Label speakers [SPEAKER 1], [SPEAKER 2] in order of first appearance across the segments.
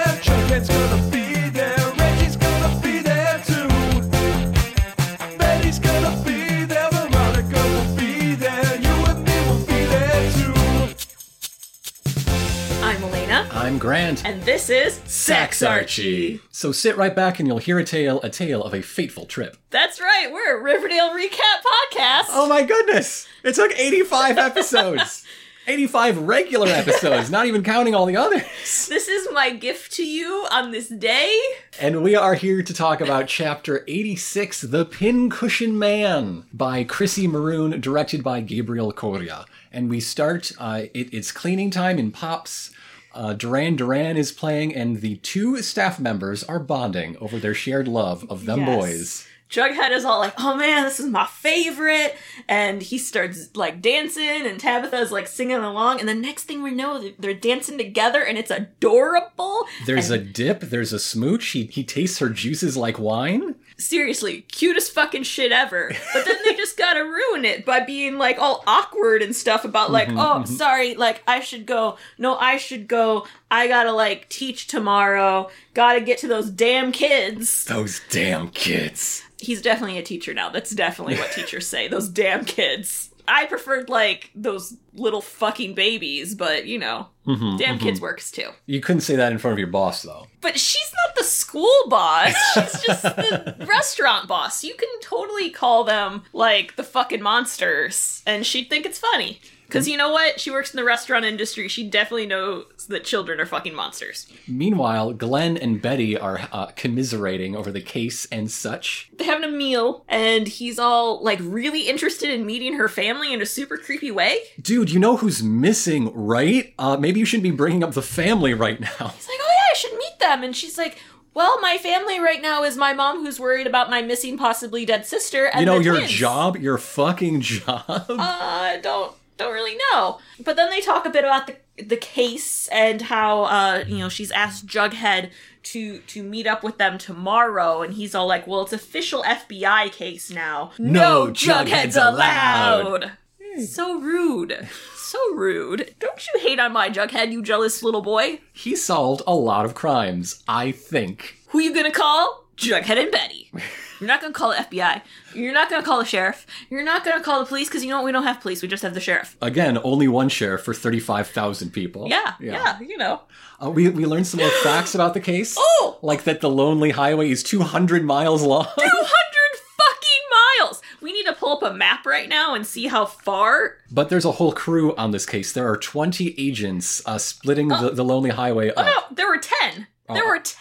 [SPEAKER 1] Ed's gonna be there. Reggie's gonna be there too. Betty's gonna be there. Veronica will be there. You and me will be there too.
[SPEAKER 2] I'm Elena,
[SPEAKER 3] I'm Grant.
[SPEAKER 2] and this is Sex Archie.
[SPEAKER 3] So sit right back and you'll hear a tale, a tale of a fateful trip.
[SPEAKER 2] That's right, we're a Riverdale recap podcast.
[SPEAKER 3] Oh my goodness! It took 85 episodes! 85 regular episodes, not even counting all the others.
[SPEAKER 2] This is my gift to you on this day.
[SPEAKER 3] And we are here to talk about chapter 86, The Pincushion Man, by Chrissy Maroon, directed by Gabriel Coria. And we start, uh, it, it's cleaning time in Pops. Uh, Duran Duran is playing, and the two staff members are bonding over their shared love of them
[SPEAKER 2] Yes.
[SPEAKER 3] boys.
[SPEAKER 2] Jughead is all like, oh man, this is my favorite. And he starts like dancing, and Tabitha's like singing along. And the next thing we know, they're dancing together, and it's adorable.
[SPEAKER 3] There's a dip, there's a smooch, he, he tastes her juices like wine.
[SPEAKER 2] Seriously, cutest fucking shit ever. But then they just gotta ruin it by being like all awkward and stuff about like, oh, I'm sorry, like I should go. No, I should go. I gotta like teach tomorrow. Gotta get to those damn kids.
[SPEAKER 3] Those damn kids.
[SPEAKER 2] he's definitely a teacher now. That's definitely what teachers say. Those damn kids. I preferred like those little fucking babies, but you know, damn kids works too.
[SPEAKER 3] You couldn't say that in front of your boss, though.
[SPEAKER 2] But she's not the school boss. She's just the restaurant boss. You can totally call them like the fucking monsters, and she'd think it's funny. Because you know what? She works in the restaurant industry. She definitely knows that children are fucking monsters.
[SPEAKER 3] Meanwhile, Glenn and Betty are uh, commiserating over the case and such.
[SPEAKER 2] They're having a meal, and he's all like really interested in meeting her family in a super creepy way.
[SPEAKER 3] Dude, you know who's missing, right? Uh, maybe you shouldn't be bringing up the family right now.
[SPEAKER 2] He's like, oh yeah, I should meet them. And she's like, well, my family right now is my mom who's worried about my missing, possibly dead sister. And
[SPEAKER 3] You know,
[SPEAKER 2] the
[SPEAKER 3] your
[SPEAKER 2] twins."
[SPEAKER 3] job, your fucking job.
[SPEAKER 2] Uh, don't don't really know. But then they talk a bit about the the case and how uh you know she's asked Jughead to to meet up with them tomorrow, and he's all like, well, it's official FBI case now.
[SPEAKER 3] No Jughead's allowed."
[SPEAKER 2] So rude. So rude. Don't you hate on my Jughead, you jealous little boy?
[SPEAKER 3] he solved a lot of crimes, I think.
[SPEAKER 2] Who you gonna call? Jughead and Betty. You're not gonna call the FBI. You're not gonna call the sheriff. You're not gonna call the police because you know what? We don't have police. We just have the sheriff.
[SPEAKER 3] Again, only one sheriff for 35,000 people.
[SPEAKER 2] Yeah, yeah, you know.
[SPEAKER 3] Uh, we, we learned some more facts about the case.
[SPEAKER 2] Oh!
[SPEAKER 3] Like that the Lonely Highway is 200 miles long.
[SPEAKER 2] 200 fucking miles! We need to pull up a map right now and see how far.
[SPEAKER 3] But there's a whole crew on this case. There are 20 agents uh, splitting the, the Lonely Highway up.
[SPEAKER 2] No, there were 10. There were 10 agents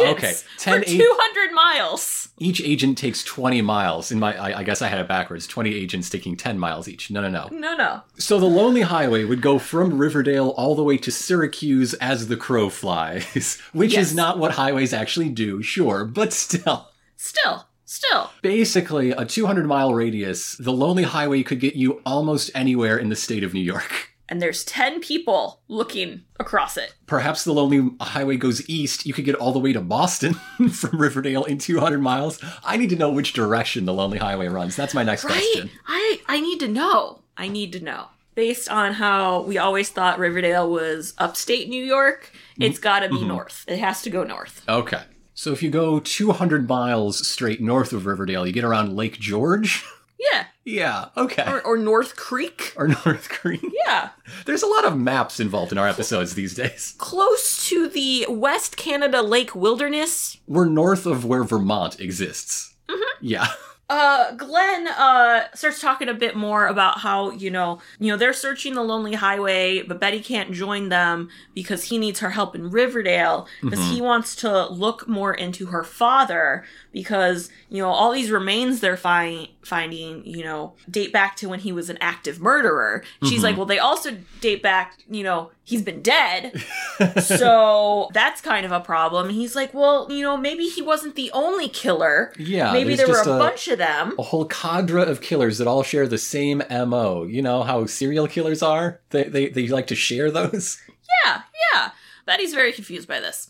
[SPEAKER 3] Oh. Okay, 10
[SPEAKER 2] for
[SPEAKER 3] ag-
[SPEAKER 2] 200 miles.
[SPEAKER 3] Each agent takes 20 miles. In my, I, I guess I had it backwards. 20 agents taking 10 miles each. No, no, no.
[SPEAKER 2] No, no.
[SPEAKER 3] So the Lonely Highway would go from Riverdale all the way to Syracuse as the crow flies, which
[SPEAKER 2] Yes.
[SPEAKER 3] is not what highways actually do, sure, but still.
[SPEAKER 2] Still, still.
[SPEAKER 3] Basically, a 200 mile radius, the Lonely Highway could get you almost anywhere in the state of New York.
[SPEAKER 2] And there's 10 people looking across it.
[SPEAKER 3] Perhaps the Lonely Highway goes east. You could get all the way to Boston from Riverdale in 200 miles. I need to know which direction the Lonely Highway runs. That's my next question.
[SPEAKER 2] I I need to know. I need to know. Based on how we always thought Riverdale was upstate New York, it's
[SPEAKER 3] Mm-hmm.
[SPEAKER 2] got to be north. It has to go north.
[SPEAKER 3] Okay. So if you go 200 miles straight north of Riverdale, you get around Lake George.
[SPEAKER 2] Yeah,
[SPEAKER 3] yeah, okay.
[SPEAKER 2] or,
[SPEAKER 3] Or,
[SPEAKER 2] or North Creek.
[SPEAKER 3] North Green.
[SPEAKER 2] Yeah,
[SPEAKER 3] There's a lot of maps involved in our episodes these days.
[SPEAKER 2] close to the West Canada Lake Wilderness.
[SPEAKER 3] We're north of where Vermont exists.
[SPEAKER 2] Mm-hmm.
[SPEAKER 3] Yeah.
[SPEAKER 2] Uh, Glenn uh starts talking a bit more about how you know you know they're searching the lonely highway, but Betty can't join them because he needs her help in Riverdale because he wants to look more into her father because you know all these remains they're fi- finding you know date back to when he was an active murderer. She's like, well, they also date back you know he's been dead, so that's kind of a problem. He's like, well, you know maybe he wasn't the only killer.
[SPEAKER 3] Yeah,
[SPEAKER 2] maybe
[SPEAKER 3] Uh, there's
[SPEAKER 2] there were
[SPEAKER 3] just
[SPEAKER 2] a,
[SPEAKER 3] a-
[SPEAKER 2] bunch of them.
[SPEAKER 3] A whole cadre of killers that all share the same MO. You know how serial killers are? They, they, they like to share those?
[SPEAKER 2] Yeah, yeah. Betty's very confused by this.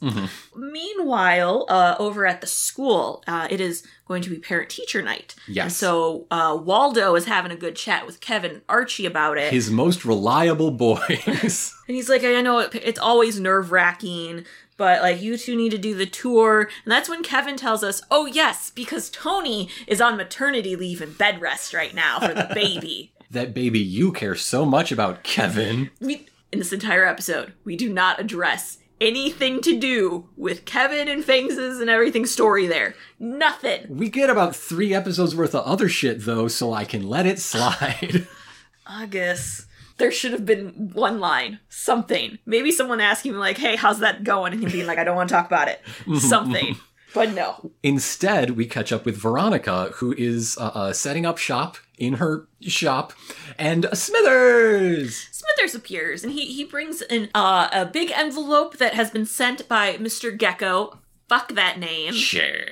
[SPEAKER 2] Meanwhile, uh, over at the school, uh, it is going to be parent teacher night.
[SPEAKER 3] Yes.
[SPEAKER 2] And so uh, Waldo is having a good chat with Kevin and Archie about it.
[SPEAKER 3] His most reliable boys.
[SPEAKER 2] and he's like, I know it, it's always nerve wracking, but like you two need to do the tour. And that's when Kevin tells us, oh, yes, because Tony is on maternity leave and bed rest right now for the baby.
[SPEAKER 3] that baby you care so much about, Kevin.
[SPEAKER 2] we in this entire episode we do not address anything to do with Kevin and Fangs' and everything story there. Nothing.
[SPEAKER 3] We get about three episodes worth of other shit though, so I can let it slide.
[SPEAKER 2] I guess there should have been one line, something. Maybe someone asking him like, "Hey, how's that going?" and him being like, "I don't want to talk about it." Something. But no.
[SPEAKER 3] Instead, we catch up with Veronica, who is uh, uh, setting up shop in her shop, and Smithers.
[SPEAKER 2] Smithers appears and he he brings in uh, a big envelope that has been sent by Mr. Gecko. Fuck that name.
[SPEAKER 3] Shit.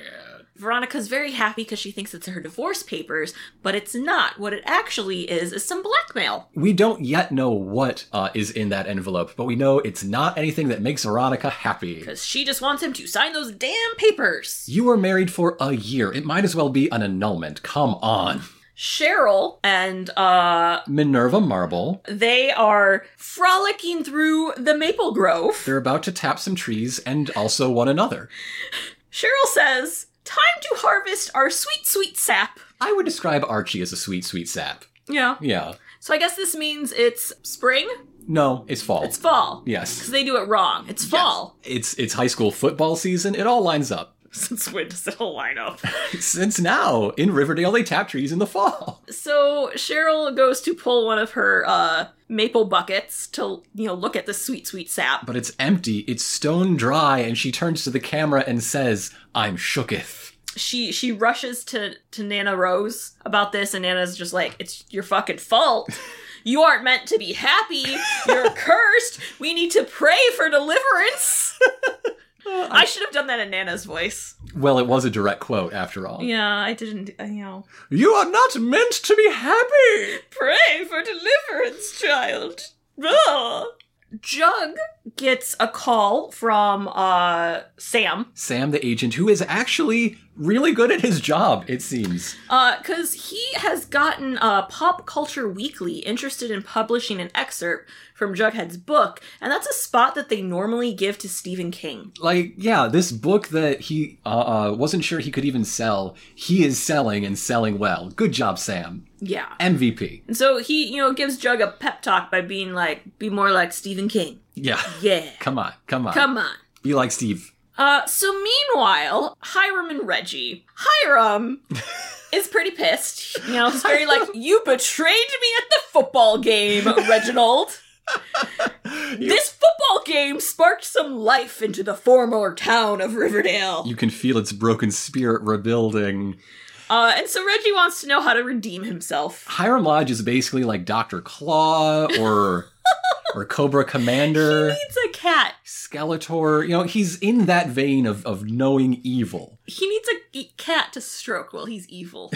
[SPEAKER 2] Veronica's very happy because she thinks it's her divorce papers, but it's not. What it actually is is some blackmail.
[SPEAKER 3] We don't yet know what uh, is in that envelope, but we know it's not anything that makes Veronica happy.
[SPEAKER 2] Because she just wants him to sign those damn papers.
[SPEAKER 3] You were married for a year. It might as well be an annulment. Come on.
[SPEAKER 2] Cheryl and uh
[SPEAKER 3] Minerva Marble.
[SPEAKER 2] they are frolicking through the maple grove.
[SPEAKER 3] They're about to tap some trees and also one another.
[SPEAKER 2] Cheryl says, Time to harvest our sweet, sweet sap.
[SPEAKER 3] I would describe Archie as a sweet, sweet sap.
[SPEAKER 2] Yeah.
[SPEAKER 3] Yeah.
[SPEAKER 2] So I guess this means it's spring?
[SPEAKER 3] No, it's fall.
[SPEAKER 2] It's fall.
[SPEAKER 3] yes.
[SPEAKER 2] Because they do it wrong. It's fall.
[SPEAKER 3] It's it's high school football season. It all lines up.
[SPEAKER 2] Since when does it all line up?
[SPEAKER 3] Since now, in Riverdale, they tap trees in the fall.
[SPEAKER 2] So Cheryl goes to pull one of her uh, maple buckets to you know look at the sweet sweet sap.
[SPEAKER 3] But it's empty, it's stone dry, and she turns to the camera and says, I'm shooketh.
[SPEAKER 2] She she rushes to to Nana Rose about this, and Nana's just like, "It's your fucking fault. You aren't meant to be happy. You're cursed. We need to pray for deliverance." I should have done that in Nana's voice.
[SPEAKER 3] Well, it was a direct quote after all.
[SPEAKER 2] Yeah, I didn't. You know,
[SPEAKER 3] You are not meant to be happy!
[SPEAKER 2] pray for deliverance, child. Ugh. Jug gets a call from uh Sam,
[SPEAKER 3] Sam, the agent, who is actually really good at his job, it seems.
[SPEAKER 2] because Uh, he has gotten uh, Pop Culture Weekly interested in publishing an excerpt from Jughead's book, and that's a spot that they normally give to Stephen King.
[SPEAKER 3] Like, yeah, this book that he uh, uh, wasn't sure he could even sell, he is selling and selling well. Good job, Sam.
[SPEAKER 2] Yeah.
[SPEAKER 3] MVP.
[SPEAKER 2] And so he, you know, gives Jug a pep talk by being like, be more like Stephen King.
[SPEAKER 3] Yeah.
[SPEAKER 2] Yeah.
[SPEAKER 3] Come on, come on.
[SPEAKER 2] Come on.
[SPEAKER 3] Be like Steve.
[SPEAKER 2] Uh, so meanwhile, Hiram and Reggie. Hiram is pretty pissed. You know, he's very like, you betrayed me at the football game, Reginald. this football game sparked some life into the former town of Riverdale.
[SPEAKER 3] You can feel its broken spirit rebuilding.
[SPEAKER 2] Uh, and so Reggie wants to know how to redeem himself.
[SPEAKER 3] Hiram Lodge is basically like Dr. Claw or or Cobra Commander,
[SPEAKER 2] He needs a cat.
[SPEAKER 3] Skeletor. You know, he's in that vein of, of knowing evil.
[SPEAKER 2] He needs a e- cat to stroke while he's evil.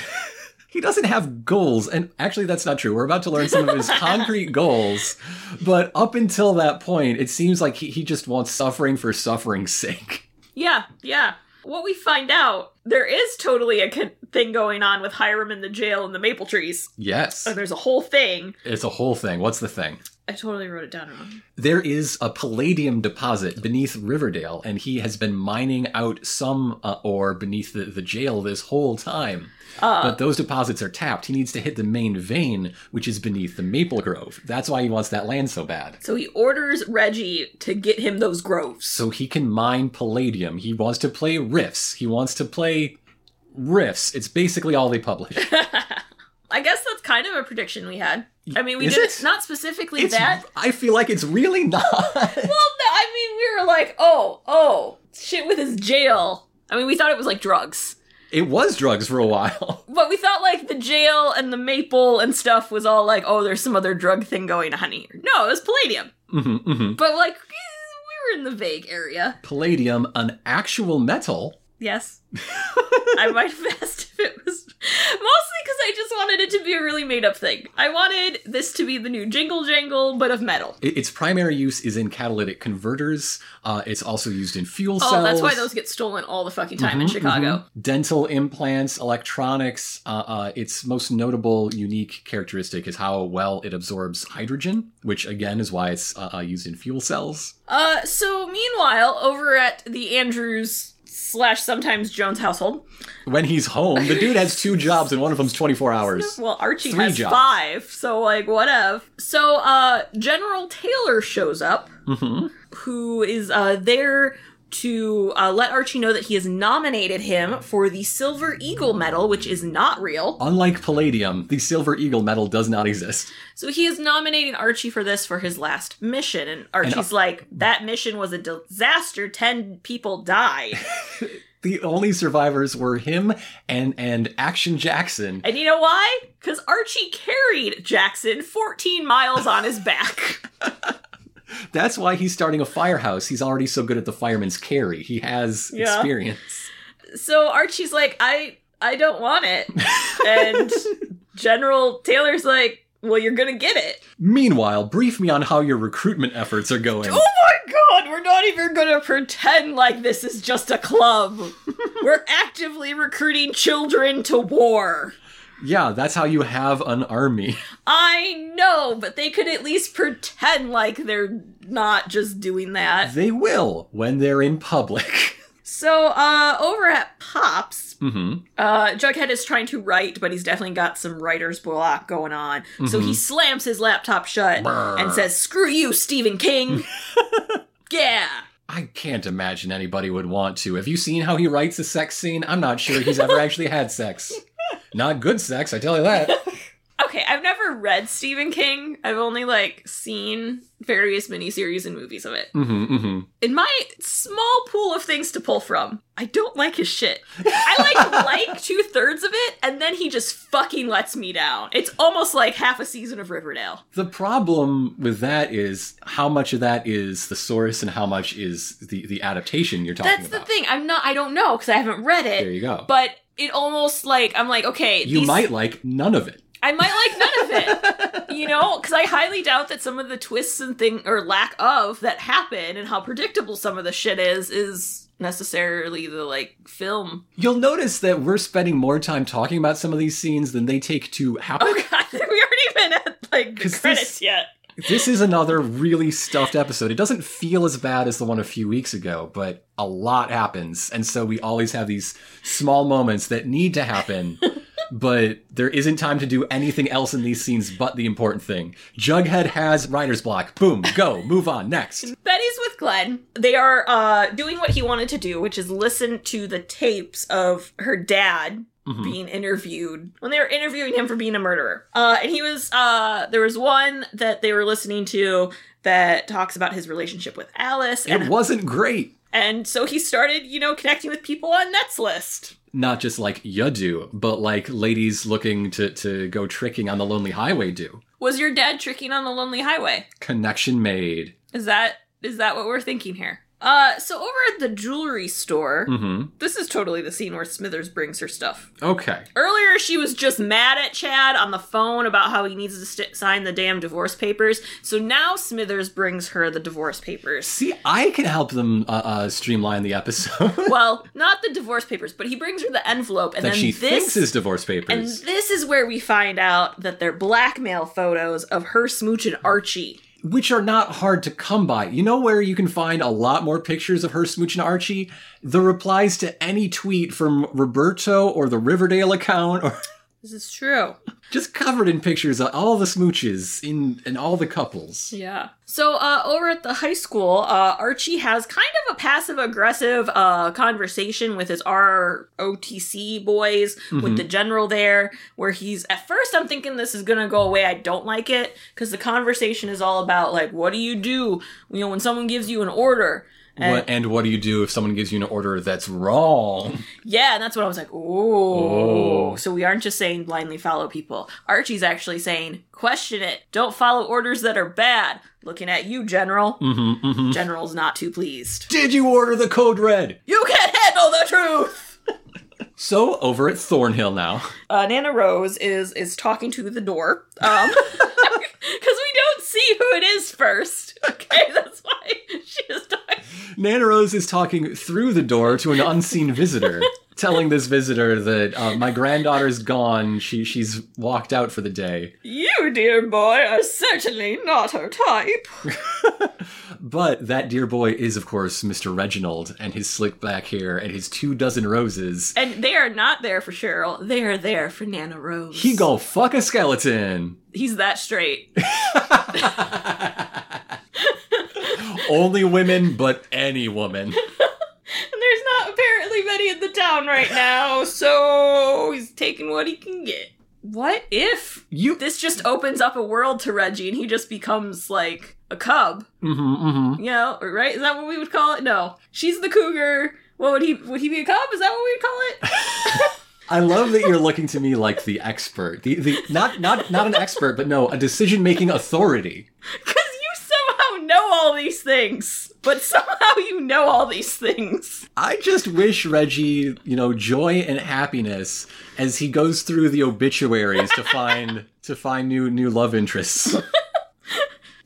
[SPEAKER 3] He doesn't have goals, and actually, that's not true. We're about to learn some of his concrete goals, but up until that point, it seems like he, he just wants suffering for suffering's sake.
[SPEAKER 2] Yeah, yeah. What we find out, there is totally a con- thing going on with Hiram in the jail and the maple trees.
[SPEAKER 3] Yes,
[SPEAKER 2] And Oh, there's a whole thing.
[SPEAKER 3] it's a whole thing. What's the thing?
[SPEAKER 2] I totally wrote it down wrong.
[SPEAKER 3] there is a palladium deposit beneath Riverdale, and he has been mining out some uh, ore beneath the, the jail this whole time.
[SPEAKER 2] Uh,
[SPEAKER 3] but those deposits are tapped. He needs to hit the main vein, which is beneath the maple grove. That's why he wants that land so bad.
[SPEAKER 2] So he orders Reggie to get him those groves.
[SPEAKER 3] So he can mine palladium. He wants to play riffs. He wants to play riffs. It's basically all they publish.
[SPEAKER 2] I guess that's kind of a prediction we had. I mean, we
[SPEAKER 3] Is
[SPEAKER 2] did
[SPEAKER 3] it?
[SPEAKER 2] not specifically
[SPEAKER 3] It's-
[SPEAKER 2] that.
[SPEAKER 3] I feel like it's really not.
[SPEAKER 2] Well, no, I mean, we were like, oh, oh, shit with his jail. I mean, we thought it was like drugs.
[SPEAKER 3] it was drugs for a while.
[SPEAKER 2] But we thought like the jail and the maple and stuff was all like, oh, there's some other drug thing going on here. No, it was palladium.
[SPEAKER 3] hmm hmm
[SPEAKER 2] But like, eh, we were in the vague area.
[SPEAKER 3] Palladium, an actual metal,
[SPEAKER 2] Yes. I might have asked if it was mostly because I just wanted it to be a really made up thing. I wanted this to be the new jingle jangle, but of metal.
[SPEAKER 3] I- Its primary use is in catalytic converters. Uh, it's also used in fuel cells. Mm-hmm.
[SPEAKER 2] Oh, that's why those get stolen all the fucking time in Chicago.
[SPEAKER 3] dental implants, electronics. Uh, uh, its most notable unique characteristic is how well it absorbs hydrogen, which again is why it's uh, uh, used in fuel cells.
[SPEAKER 2] Uh, so meanwhile, over at the Andrews slash sometimes Jones household,
[SPEAKER 3] When he's home, the dude has two jobs, and one of them's 24 hours.
[SPEAKER 2] well, Archie
[SPEAKER 3] Three
[SPEAKER 2] has
[SPEAKER 3] jobs.
[SPEAKER 2] five, so like, what of? So, uh, General Taylor shows up,
[SPEAKER 3] Mm-hmm.
[SPEAKER 2] who is, uh, there to uh, let Archie know that he has nominated him for the Silver Eagle Medal, which is not real.
[SPEAKER 3] Unlike palladium, the silver eagle medal does not exist.
[SPEAKER 2] So he is nominating Archie for this for his last mission, and
[SPEAKER 3] uh,
[SPEAKER 2] Archie's like, "That mission was a disaster. Ten people died."
[SPEAKER 3] The only survivors were him and and Action Jackson.
[SPEAKER 2] And you know why? Because Archie carried Jackson 14 miles on his back.
[SPEAKER 3] That's why he's starting a firehouse. He's already so good at the fireman's carry. He has
[SPEAKER 2] Yeah.
[SPEAKER 3] experience.
[SPEAKER 2] so Archie's like, I I don't want it. And General Taylor's like, well, you're gonna get it.
[SPEAKER 3] Meanwhile, brief me on how your recruitment efforts are going.
[SPEAKER 2] Oh my god, we're not even gonna pretend like this is just a club. we're actively recruiting children to war.
[SPEAKER 3] Yeah, that's how you have an army.
[SPEAKER 2] I know, but they could at least pretend like they're not just doing that.
[SPEAKER 3] They will when they're in public.
[SPEAKER 2] So, uh, over at Pops,
[SPEAKER 3] hmm
[SPEAKER 2] uh, Jughead is trying to write, but he's definitely got some writer's block going on. So he slams his laptop shut
[SPEAKER 3] Mm-hmm. Brr.
[SPEAKER 2] and says, Screw you, Stephen King! yeah!
[SPEAKER 3] I can't imagine anybody would want to. Have you seen how he writes a sex scene? I'm not sure he's ever actually had sex. Not good sex, I tell you that.
[SPEAKER 2] Okay, I've never read Stephen King. I've only, like, seen various miniseries and movies of it.
[SPEAKER 3] hmm hmm
[SPEAKER 2] In my small pool of things to pull from, I don't like his shit. I, like, like two thirds of it, and then he just fucking lets me down. It's almost like half a season of Riverdale.
[SPEAKER 3] The problem with that is how much of that is the source and how much is the, the adaptation you're talking
[SPEAKER 2] That's the
[SPEAKER 3] about.
[SPEAKER 2] thing. I'm not. I don't know because I haven't read it.
[SPEAKER 3] There you go.
[SPEAKER 2] But it almost like I'm like okay.
[SPEAKER 3] you
[SPEAKER 2] these-
[SPEAKER 3] might like none of it.
[SPEAKER 2] I might like none of it. you know, because I highly doubt that some of the twists and thing or lack of that happen and how predictable some of the shit is is necessarily the like film.
[SPEAKER 3] You'll notice that we're spending more time talking about some of these scenes than they take to happen.
[SPEAKER 2] Oh god, we aren't even at like the
[SPEAKER 3] 'Cause
[SPEAKER 2] credits
[SPEAKER 3] this-
[SPEAKER 2] yet.
[SPEAKER 3] this is another really stuffed episode. It doesn't feel as bad as the one a few weeks ago, but a lot happens. And so we always have these small moments that need to happen, but there isn't time to do anything else in these scenes but the important thing. Jughead has writer's block. Boom, go, move on, next.
[SPEAKER 2] Betty's with Glenn. They are uh, doing what he wanted to do, which is listen to the tapes of her dad being interviewed when they were interviewing him for being a murderer. Uh, and he was, uh, there was one that they were listening to that talks about his relationship with Alice.
[SPEAKER 3] It
[SPEAKER 2] And,
[SPEAKER 3] wasn't great.
[SPEAKER 2] and so he started, you know, connecting with people on Netslist.
[SPEAKER 3] Not just like you do, but like ladies looking to, to go tricking on the lonely highway do.
[SPEAKER 2] Was your dad tricking on the Lonely Highway?
[SPEAKER 3] Connection made.
[SPEAKER 2] Is that is that what we're thinking here? Uh, so over at the jewelry store,
[SPEAKER 3] hmm
[SPEAKER 2] this is totally the scene where Smithers brings her stuff
[SPEAKER 3] Okay.
[SPEAKER 2] Earlier, she was just mad at Chad on the phone about how he needs to st- sign the damn divorce papers. So now Smithers brings her the divorce papers.
[SPEAKER 3] See, I can help them uh, uh, streamline the episode.
[SPEAKER 2] Well, not the divorce papers, but he brings her the envelope, and
[SPEAKER 3] that
[SPEAKER 2] then
[SPEAKER 3] she
[SPEAKER 2] this
[SPEAKER 3] thinks is divorce
[SPEAKER 2] and
[SPEAKER 3] papers.
[SPEAKER 2] this is where we find out that they're blackmail photos of her smooch and Archie.
[SPEAKER 3] which are not hard to come by. You know where you can find a lot more pictures of her smooching Archie? The replies to any tweet from Roberto or the Riverdale account or
[SPEAKER 2] This is true.
[SPEAKER 3] just covered in pictures of all the smooches in and all the couples.
[SPEAKER 2] Yeah. So uh, over at the high school, uh, Archie has kind of a passive aggressive uh, conversation with his ROTC boys, with the general there, where he's at first I'm thinking this is gonna go away. I don't like it because the conversation is all about like, what do you do? You know, when someone gives you an order. And,
[SPEAKER 3] what, and what do you do if someone gives you an order that's wrong?
[SPEAKER 2] Yeah, and that's what I was like, oh.
[SPEAKER 3] Oh.
[SPEAKER 2] So we aren't just saying blindly follow people. Archie's actually saying, question it. Don't follow orders that are bad. Looking at you, General.
[SPEAKER 3] hmm hmm
[SPEAKER 2] General's not too pleased.
[SPEAKER 3] Did you order the code red?
[SPEAKER 2] You can't handle the truth.
[SPEAKER 3] So over at Thornhill now.
[SPEAKER 2] Uh, Nana Rose is is talking to the door um, because we don't see who it is first. Okay, that's why she is talking.
[SPEAKER 3] Nana Rose is talking through the door to an unseen visitor, telling this visitor that uh, my granddaughter's gone. She she's walked out for the day.
[SPEAKER 2] You, dear boy, are certainly not her type.
[SPEAKER 3] But that dear boy is, of course, Mr. Reginald and his slick back hair and his two dozen roses.
[SPEAKER 2] And they are not there for Cheryl. They are there for Nana Rose.
[SPEAKER 3] He go fuck a skeleton.
[SPEAKER 2] He's that straight.
[SPEAKER 3] Only women, but any woman.
[SPEAKER 2] And there's not apparently many in the town right now, so he's taking what he can get. What if
[SPEAKER 3] You.
[SPEAKER 2] this just opens up a world to Reggie and he just becomes like a cub?
[SPEAKER 3] Mhm, mhm.
[SPEAKER 2] You know, right? Is that what we would call it? No. She's the cougar. What would he would he be a cub? Is that what we would call it?
[SPEAKER 3] I love that you're looking to me like the expert. The the not not not an expert, but no, a decision making authority.
[SPEAKER 2] Cuz you somehow know all these things. But somehow you know all these things.
[SPEAKER 3] I just wish Reggie, you know, joy and happiness as he goes through the obituaries to find to find new new love interests.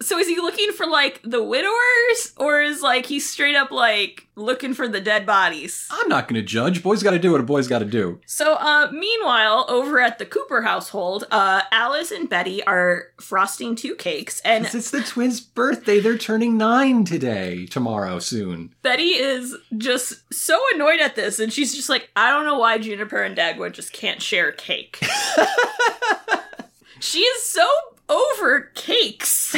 [SPEAKER 2] So is he looking for like the widowers or is like he straight up like looking for the dead bodies?
[SPEAKER 3] I'm not going to judge. Boy's got to do what a boy's got to do.
[SPEAKER 2] So, uh, meanwhile, over at the Cooper household, uh, Alice and Betty are frosting two cakes, and
[SPEAKER 3] 'Cause It's the twins' birthday. They're turning nine today, tomorrow, soon.
[SPEAKER 2] Betty is just so annoyed at this, and she's just like, I don't know why Juniper and Dagwood just can't share cake. she is so over cakes.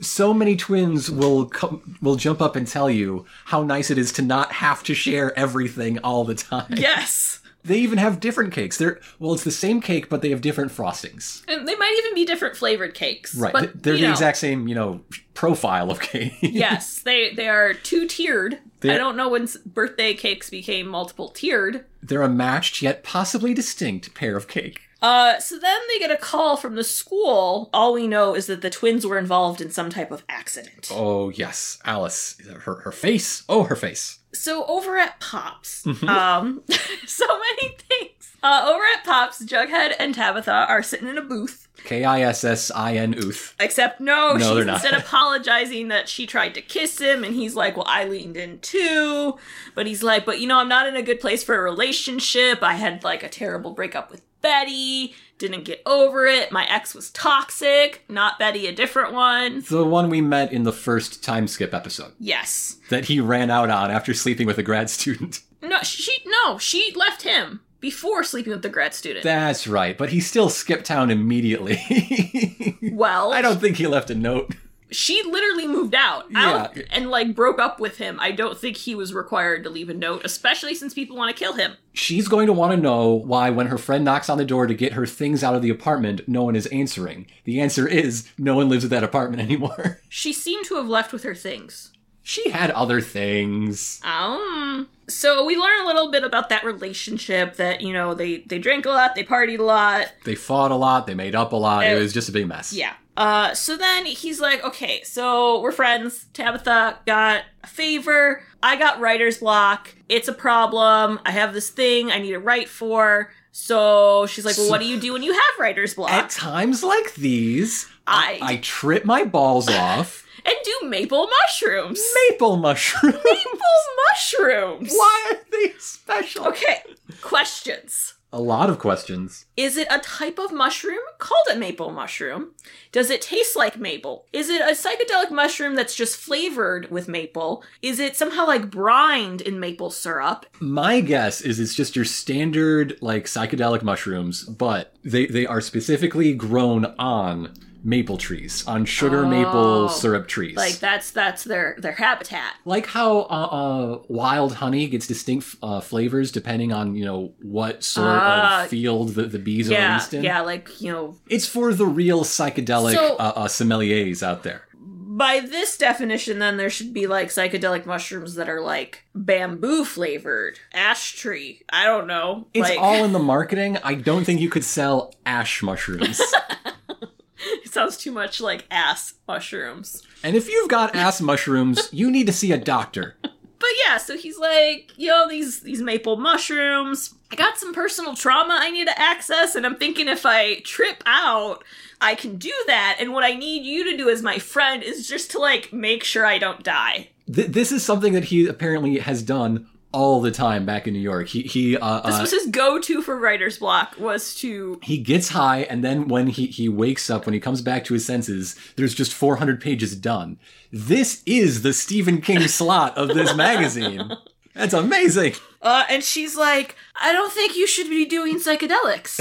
[SPEAKER 3] So many twins will come, will jump up and tell you how nice it is to not have to share everything all the time.
[SPEAKER 2] yes.
[SPEAKER 3] They even have different cakes. They're well, it's the same cake, but they have different frostings.
[SPEAKER 2] And they might even be different flavored cakes.
[SPEAKER 3] Right. Th-
[SPEAKER 2] But,
[SPEAKER 3] They're
[SPEAKER 2] you
[SPEAKER 3] the
[SPEAKER 2] know,
[SPEAKER 3] exact same, you know, profile of cake.
[SPEAKER 2] yes, they, they are two tiered.
[SPEAKER 3] They're-
[SPEAKER 2] I don't know when s- birthday cakes became multiple tiered.
[SPEAKER 3] They're a matched yet possibly distinct pair of cake.
[SPEAKER 2] Uh, so then they get a call from the school. All we know is that the twins were involved in some type of accident.
[SPEAKER 3] Oh yes, Alice, her her face. Oh, her face.
[SPEAKER 2] So over at Pops,
[SPEAKER 3] Mm-hmm.
[SPEAKER 2] um, so many things. Uh, over at Pops, Jughead and Tabitha are sitting in a booth.
[SPEAKER 3] K i s s i n ooth.
[SPEAKER 2] Except no,
[SPEAKER 3] No, they're
[SPEAKER 2] she's
[SPEAKER 3] not.
[SPEAKER 2] instead apologizing that she tried to kiss him, and he's like, "Well, I leaned in too," but he's like, "But you know, I'm not in a good place for a relationship. I had like a terrible breakup with Betty, didn't get over it. My ex was toxic, not Betty, a different one."
[SPEAKER 3] The one we met in the first time skip episode
[SPEAKER 2] Yes.
[SPEAKER 3] that he ran out on after sleeping with a grad student.
[SPEAKER 2] No, she no, she left him before sleeping with the grad student.
[SPEAKER 3] That's right, but he still skipped town immediately.
[SPEAKER 2] well,
[SPEAKER 3] I don't think he left a note.
[SPEAKER 2] she literally moved out, out
[SPEAKER 3] Yeah.
[SPEAKER 2] and like broke up with him. I don't think he was required to leave a note, especially since people want to kill him.
[SPEAKER 3] She's going to want to know why, when her friend knocks on the door to get her things out of the apartment, no one is answering. The answer is no one lives at that apartment anymore.
[SPEAKER 2] She seemed to have left with her things.
[SPEAKER 3] she had other things.
[SPEAKER 2] Um so we learn a little bit about that relationship that, you know, they they drank a lot, they partied a lot.
[SPEAKER 3] They fought a lot, they made up a lot. It
[SPEAKER 2] Uh,
[SPEAKER 3] was just a big mess.
[SPEAKER 2] Yeah. Uh, so then he's like, okay, so we're friends. Tabitha got a favor. I got writer's block. It's a problem. I have this thing I need to write for. So she's like, well, what do you do when you have writer's
[SPEAKER 3] At
[SPEAKER 2] block?
[SPEAKER 3] times like these,
[SPEAKER 2] I-
[SPEAKER 3] I trip my balls off.
[SPEAKER 2] And do maple mushrooms.
[SPEAKER 3] Maple mushroom.
[SPEAKER 2] Maple mushrooms.
[SPEAKER 3] Why are they special?
[SPEAKER 2] Okay. Questions.
[SPEAKER 3] A lot of questions.
[SPEAKER 2] Is it a type of mushroom called a maple mushroom? Does it taste like maple? Is it a psychedelic mushroom that's just flavored with maple? Is it somehow like brined in maple syrup?
[SPEAKER 3] My guess is it's just your standard like psychedelic mushrooms, but they they are specifically grown on maple trees, on sugar
[SPEAKER 2] Oh.
[SPEAKER 3] maple syrup trees.
[SPEAKER 2] Like that's that's their their habitat.
[SPEAKER 3] Like how uh, uh, wild honey gets distinct uh, flavors depending on you know what sort
[SPEAKER 2] Ah.
[SPEAKER 3] of field the, the bees are
[SPEAKER 2] Yeah,
[SPEAKER 3] raised in.
[SPEAKER 2] yeah, like you know.
[SPEAKER 3] It's for the real psychedelic
[SPEAKER 2] So-
[SPEAKER 3] uh, uh, sommeliers out there.
[SPEAKER 2] By this definition, then there should be like psychedelic mushrooms that are like bamboo flavored, ash tree. I don't know.
[SPEAKER 3] It's
[SPEAKER 2] like,
[SPEAKER 3] all in the marketing. I don't think you could sell ash mushrooms.
[SPEAKER 2] it sounds too much like ass mushrooms.
[SPEAKER 3] and if you've got ass mushrooms, you need to see a doctor.
[SPEAKER 2] But But yeah, so he's like, yo, these these maple mushrooms. I got some personal trauma I need to access, and I'm thinking if I trip out, I can do that. And what I need you to do as my friend is just to like make sure I don't die.
[SPEAKER 3] Th- this is something that he apparently has done all the time back in New York. He he uh,
[SPEAKER 2] This
[SPEAKER 3] uh,
[SPEAKER 2] was his go-to for writer's block was to
[SPEAKER 3] he gets high, and then when he he wakes up, when he comes back to his senses, there's just 400 pages done. This is the Stephen King slot of this magazine. That's amazing.
[SPEAKER 2] uh and she's like, I don't think you should be doing psychedelics.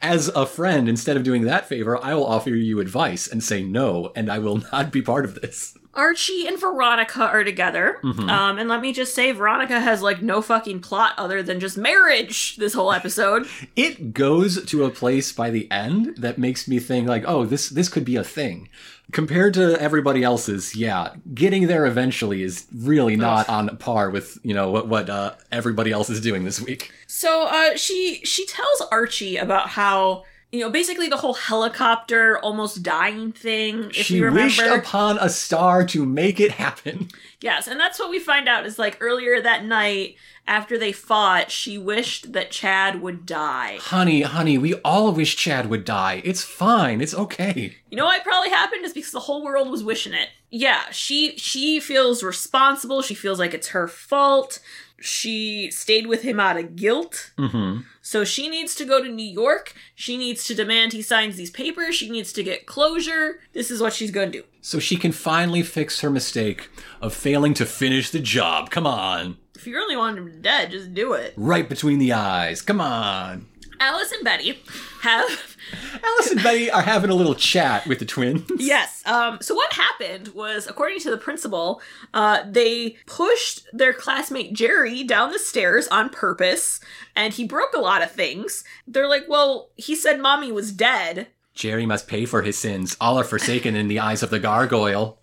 [SPEAKER 3] As a friend, instead of doing that favor, I will offer you advice and say no, and I will not be part of this.
[SPEAKER 2] Archie and Veronica are together. Um, and let me just say, Veronica has like no fucking plot other than just marriage this whole episode.
[SPEAKER 3] It goes to a place by the end that makes me think like, oh, this this could be a thing. Compared to everybody else's, yeah, getting there eventually is really not on par with you know what what uh, everybody else is doing this week.
[SPEAKER 2] so uh, she she tells Archie about how you know basically the whole helicopter almost dying thing. If
[SPEAKER 3] she
[SPEAKER 2] you remember,
[SPEAKER 3] wished upon a star to make it happen.
[SPEAKER 2] Yes, and that's what we find out is like earlier that night after they fought, she wished that Chad would die.
[SPEAKER 3] Honey, honey, we all wish Chad would die. It's fine. It's okay.
[SPEAKER 2] You know what probably happened is because the whole world was wishing it. Yeah, she she feels responsible. She feels like it's her fault. She stayed with him out of guilt.
[SPEAKER 3] Mm-hmm.
[SPEAKER 2] So she needs to go to New York. She needs to demand he signs these papers. She needs to get closure. This is what she's going to do.
[SPEAKER 3] So she can finally fix her mistake of failing to finish the job. Come on.
[SPEAKER 2] If you really wanted him dead, just do it.
[SPEAKER 3] Right between the eyes. Come on.
[SPEAKER 2] Alice and Betty have
[SPEAKER 3] Alice and Betty are having a little chat with the twin.
[SPEAKER 2] Yes. Um, so what happened was, according to the principal, uh, they pushed their classmate Jerry down the stairs on purpose, and he broke a lot of things. They're like, "Well, he said mommy was dead,"
[SPEAKER 3] Jerry must pay for his sins. All are forsaken in the eyes of the gargoyle.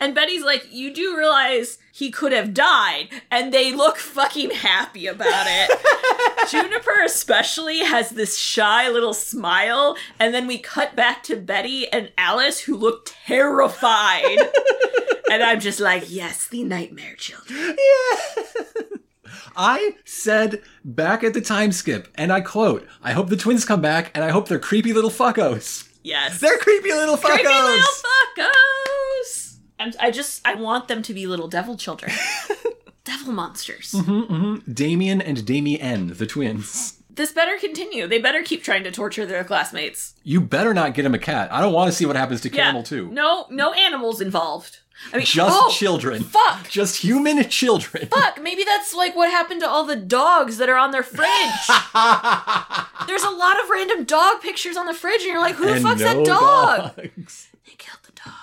[SPEAKER 2] and Betty's like, "You do realize he could have died," and they look fucking happy about it. Juniper especially has this shy little smile, and then we cut back to Betty and Alice, who look terrified. And I'm just like, yes, the nightmare children.
[SPEAKER 3] I said back at the time skip, and I quote, I hope the twins come back, and I hope they're creepy little fuckos.
[SPEAKER 2] Yes.
[SPEAKER 3] They're creepy little fuckos!
[SPEAKER 2] creepy little fuckos. I'm, I just I want them to be little devil children, devil monsters.
[SPEAKER 3] Damien and Damien, the twins.
[SPEAKER 2] This better continue. They better keep trying to torture their classmates.
[SPEAKER 3] You better not get him a cat. I don't want to see what happens to Camel, too.
[SPEAKER 2] No, no animals involved. I mean,
[SPEAKER 3] Just
[SPEAKER 2] oh,
[SPEAKER 3] children.
[SPEAKER 2] Fuck.
[SPEAKER 3] Just human children.
[SPEAKER 2] Fuck, maybe that's like what happened to all the dogs that are on their fridge. There's a lot of random dog pictures on the fridge, and you're like, who the
[SPEAKER 3] And
[SPEAKER 2] fuck's that
[SPEAKER 3] no
[SPEAKER 2] dog?
[SPEAKER 3] dogs.
[SPEAKER 2] They killed the dogs.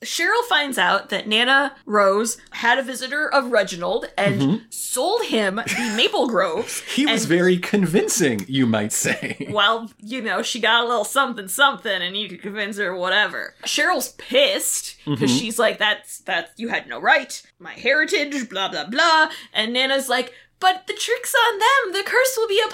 [SPEAKER 2] Cheryl finds out that Nana Rose had a visitor of Reginald and
[SPEAKER 3] Mm-hmm.
[SPEAKER 2] sold him the maple groves.
[SPEAKER 3] He was
[SPEAKER 2] and
[SPEAKER 3] very convincing, you might say.
[SPEAKER 2] Well, you know, she got a little something something and you could convince her whatever. Cheryl's pissed because she's like, That's that you had no right. My heritage, blah blah blah. And Nana's like, But the trick's on them, the curse will be upon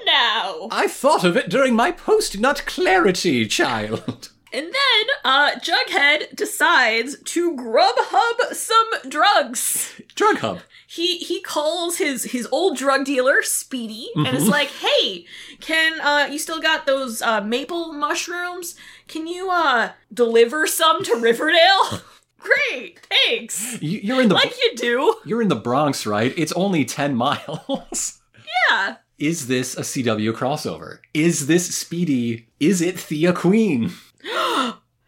[SPEAKER 2] them now.
[SPEAKER 3] I thought of it during my post nut clarity, child.
[SPEAKER 2] And then uh Jughead decides to grubhub some drugs.
[SPEAKER 3] Drug hub.
[SPEAKER 2] he he calls his his old drug dealer Speedy and is like, "Hey, can uh you still got those uh maple mushrooms? Can you uh deliver some to Riverdale?" Great. Thanks.
[SPEAKER 3] You- You're in the
[SPEAKER 2] Like you do.
[SPEAKER 3] you're in the Bronx, right? It's only ten miles.
[SPEAKER 2] Yeah.
[SPEAKER 3] Is this a CW crossover? Is this Speedy? Is it Thea Queen?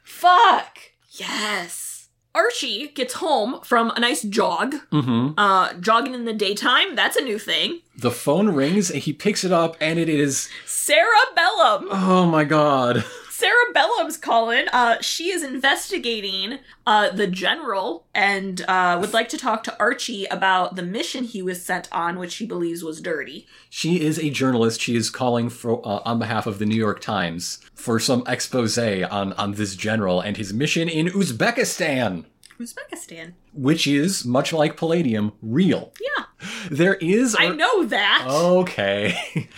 [SPEAKER 2] Fuck. Yes. Archie gets home from a nice jog.
[SPEAKER 3] Mm-hmm.
[SPEAKER 2] Uh jogging in the daytime, that's a new thing.
[SPEAKER 3] The phone rings and he picks it up, and it is
[SPEAKER 2] Cerebellum.
[SPEAKER 3] oh my god.
[SPEAKER 2] Sarah Bellum's calling. Uh, she is investigating uh, the general and uh, would like to talk to Archie about the mission he was sent on, which he believes was dirty.
[SPEAKER 3] She is a journalist. She is calling for uh, on behalf of the New York Times for some expose on on this general and his mission in Uzbekistan,
[SPEAKER 2] Uzbekistan.
[SPEAKER 3] which is much like Palladium, real.
[SPEAKER 2] Yeah,
[SPEAKER 3] There is,
[SPEAKER 2] I
[SPEAKER 3] or- Oh.
[SPEAKER 2] know that.
[SPEAKER 3] okay.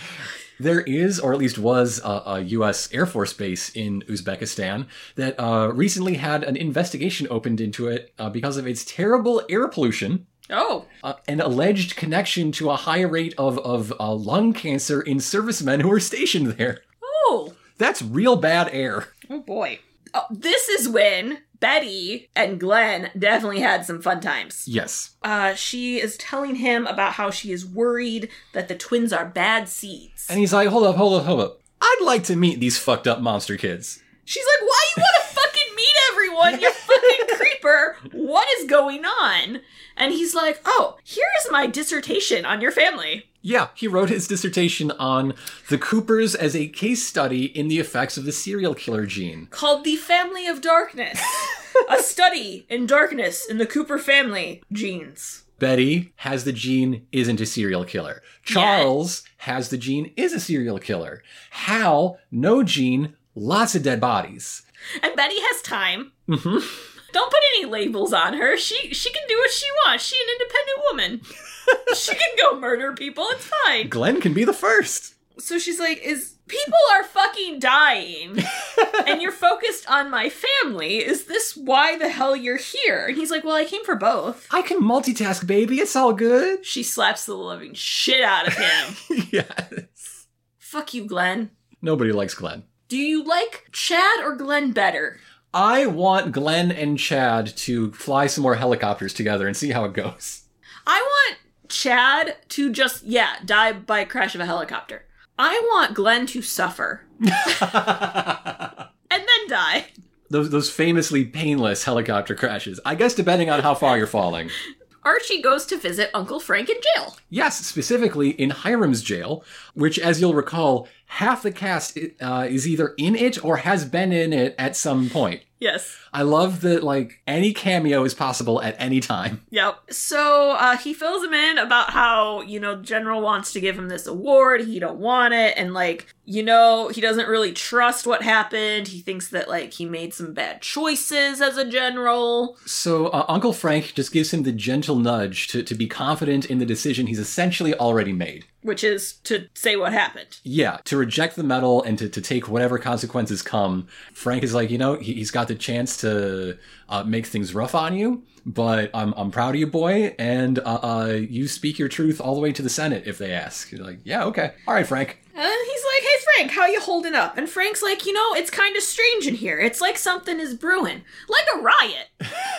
[SPEAKER 3] There is, or at least was, a, a U.S. Air Force base in Uzbekistan that uh, recently had an investigation opened into it uh, because of its terrible air pollution.
[SPEAKER 2] Oh,
[SPEAKER 3] uh, an alleged connection to a high rate of, of uh, lung cancer in servicemen who were stationed there.
[SPEAKER 2] oh,
[SPEAKER 3] That's real bad air.
[SPEAKER 2] oh boy. Oh, this is when Betty and Glenn definitely had some fun times.
[SPEAKER 3] Yes.
[SPEAKER 2] Uh, she is telling him about how she is worried that the twins are bad seeds.
[SPEAKER 3] And he's like, hold up, hold up, hold up. I'd like to meet these fucked up monster kids.
[SPEAKER 2] She's like, "Why you want to fucking meet everyone? You fucking creeper! What is going on?" And he's like, "Oh, here is my dissertation on your family."
[SPEAKER 3] Yeah, he wrote his dissertation on the Coopers as a case study in the effects of the serial killer gene.
[SPEAKER 2] called The Family of Darkness. a study in darkness in the Cooper family genes.
[SPEAKER 3] Betty has the gene, isn't a serial killer. Charles has the gene, is a serial killer. Hal, no gene, lots of dead bodies.
[SPEAKER 2] And Betty has time.
[SPEAKER 3] hmm
[SPEAKER 2] Don't put any labels on her. She she can do what she wants. She an independent woman. she can go murder people. It's fine.
[SPEAKER 3] Glenn can be the first.
[SPEAKER 2] So she's like, "Is people are fucking dying, and you're focused on my family? Is this why the hell you're here?" And he's like, "Well, I came for both."
[SPEAKER 3] I can multitask, baby. It's all good.
[SPEAKER 2] She slaps the living shit out of him.
[SPEAKER 3] yes.
[SPEAKER 2] Fuck you, Glenn.
[SPEAKER 3] Nobody likes Glenn.
[SPEAKER 2] Do you like Chad or Glenn better?
[SPEAKER 3] I want Glenn and Chad to fly some more helicopters together and see how it goes.
[SPEAKER 2] I want Chad to just, yeah, die by a crash of a helicopter. I want Glenn to suffer and then die.
[SPEAKER 3] those those famously painless helicopter crashes. I guess depending on how far you're falling.
[SPEAKER 2] Archie goes to visit Uncle Frank in jail.
[SPEAKER 3] Yes, specifically in Hiram's jail, which, as you'll recall, half the cast uh, is either in it or has been in it at some point.
[SPEAKER 2] Yes.
[SPEAKER 3] I love that like any cameo is possible at any time.
[SPEAKER 2] Yep. So uh, he fills him in about how you know General wants to give him this award. He don't want it, and like you know he doesn't really trust what happened. He thinks that like he made some bad choices as a general.
[SPEAKER 3] So uh, Uncle Frank just gives him the gentle nudge to, to be confident in the decision he's essentially already made.
[SPEAKER 2] which is to say what happened.
[SPEAKER 3] Yeah, to reject the medal and to, to take whatever consequences come. Frank is like, you know, he, he's got the chance to uh, make things rough on you, but I'm, I'm proud of you, boy, and uh, uh, you speak your truth all the way to the Senate if they ask. You're like, yeah, okay. All right, Frank.
[SPEAKER 2] And he's like, "Hey Frank, how you holding up?" And Frank's like, "You know, it's kind of strange in here. It's like something is brewing, like a riot."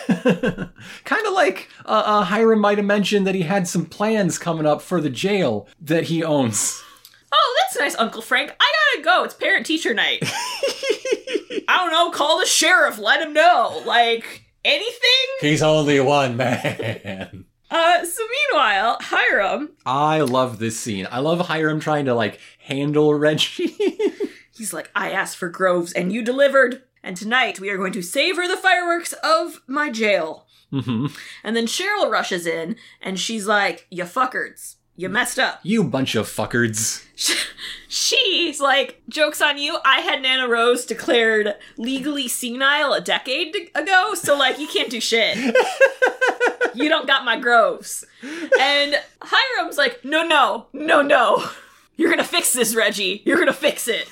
[SPEAKER 3] Kind of like uh, uh, Hiram might have mentioned that he had some plans coming up for the jail that he owns.
[SPEAKER 2] Oh, that's nice, Uncle Frank. I gotta go. It's parent teacher night. I don't know. Call the sheriff. Let him know. Like anything.
[SPEAKER 3] He's only one man.
[SPEAKER 2] Uh. So meanwhile, Hiram,
[SPEAKER 3] I love this scene. I love Hiram trying to like handle Reggie.
[SPEAKER 2] he's like, "I asked for groves, and you delivered." And tonight we are going to savor the fireworks of my jail.
[SPEAKER 3] Mhm.
[SPEAKER 2] And then Cheryl rushes in and she's like, You fuckers. You messed up.
[SPEAKER 3] You bunch of fuckards.
[SPEAKER 2] She's like, Joke's on you. I had Nana Rose declared legally senile a decade ago, so like, you can't do shit. you don't got my groves. And Hiram's like, No, no, no, no. You're gonna fix this, Reggie. You're gonna fix it.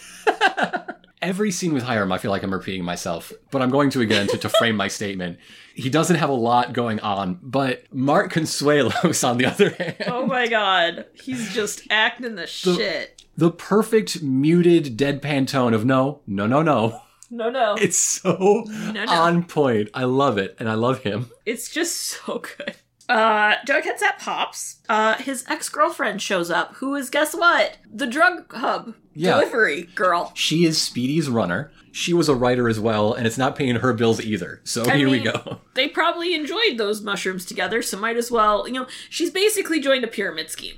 [SPEAKER 3] Every scene with Hiram, I feel like I'm repeating myself, but I'm going to again to, to frame my statement. He doesn't have a lot going on, but Mark Consuelos, on the other hand,
[SPEAKER 2] Oh my god. He's just acting the shit.
[SPEAKER 3] the perfect muted deadpan tone of no, no, no, no.
[SPEAKER 2] No, no.
[SPEAKER 3] It's so
[SPEAKER 2] no.
[SPEAKER 3] on point. I love it, and I love him.
[SPEAKER 2] It's just so good. Uh, Jughead's at Pops. Uh, his ex girlfriend shows up, who is, guess what? The drug hub
[SPEAKER 3] Yeah.
[SPEAKER 2] delivery girl.
[SPEAKER 3] She is Speedy's runner. She was a writer as well, and it's not paying her bills either. So
[SPEAKER 2] I
[SPEAKER 3] here we
[SPEAKER 2] mean-
[SPEAKER 3] go.
[SPEAKER 2] They probably enjoyed those mushrooms together, so might as well, you know, she's basically joined a pyramid scheme.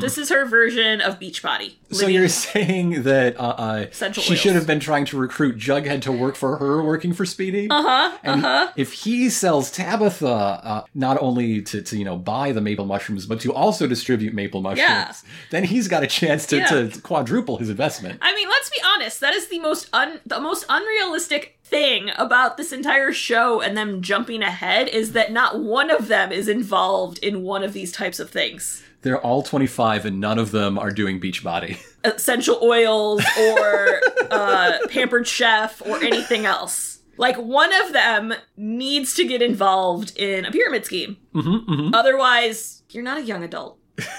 [SPEAKER 2] This is her version of Beachbody.
[SPEAKER 3] Mm-hmm, So
[SPEAKER 2] Living-
[SPEAKER 3] you're saying that uh, uh,
[SPEAKER 2] Essential
[SPEAKER 3] she
[SPEAKER 2] oils.
[SPEAKER 3] should have been trying to recruit Jughead to work for her, working for Speedy. Uh huh. And if he sells Tabitha, uh, not only to, to you know buy the maple mushrooms, but to also distribute maple mushrooms,
[SPEAKER 2] Yeah.
[SPEAKER 3] then he's got a chance to,
[SPEAKER 2] Yeah.
[SPEAKER 3] to quadruple his investment.
[SPEAKER 2] I mean, let's be honest. That is the most un the most unrealistic thing about this entire show and them jumping ahead is that not one of them is involved in one of these types of things.
[SPEAKER 3] They're all 25, and none of them are doing Beachbody.
[SPEAKER 2] essential oils or uh, pampered chef or anything else. Like one of them needs to get involved in a pyramid scheme.
[SPEAKER 3] Mm-hmm, mm-hmm.
[SPEAKER 2] Otherwise, you're not a young adult.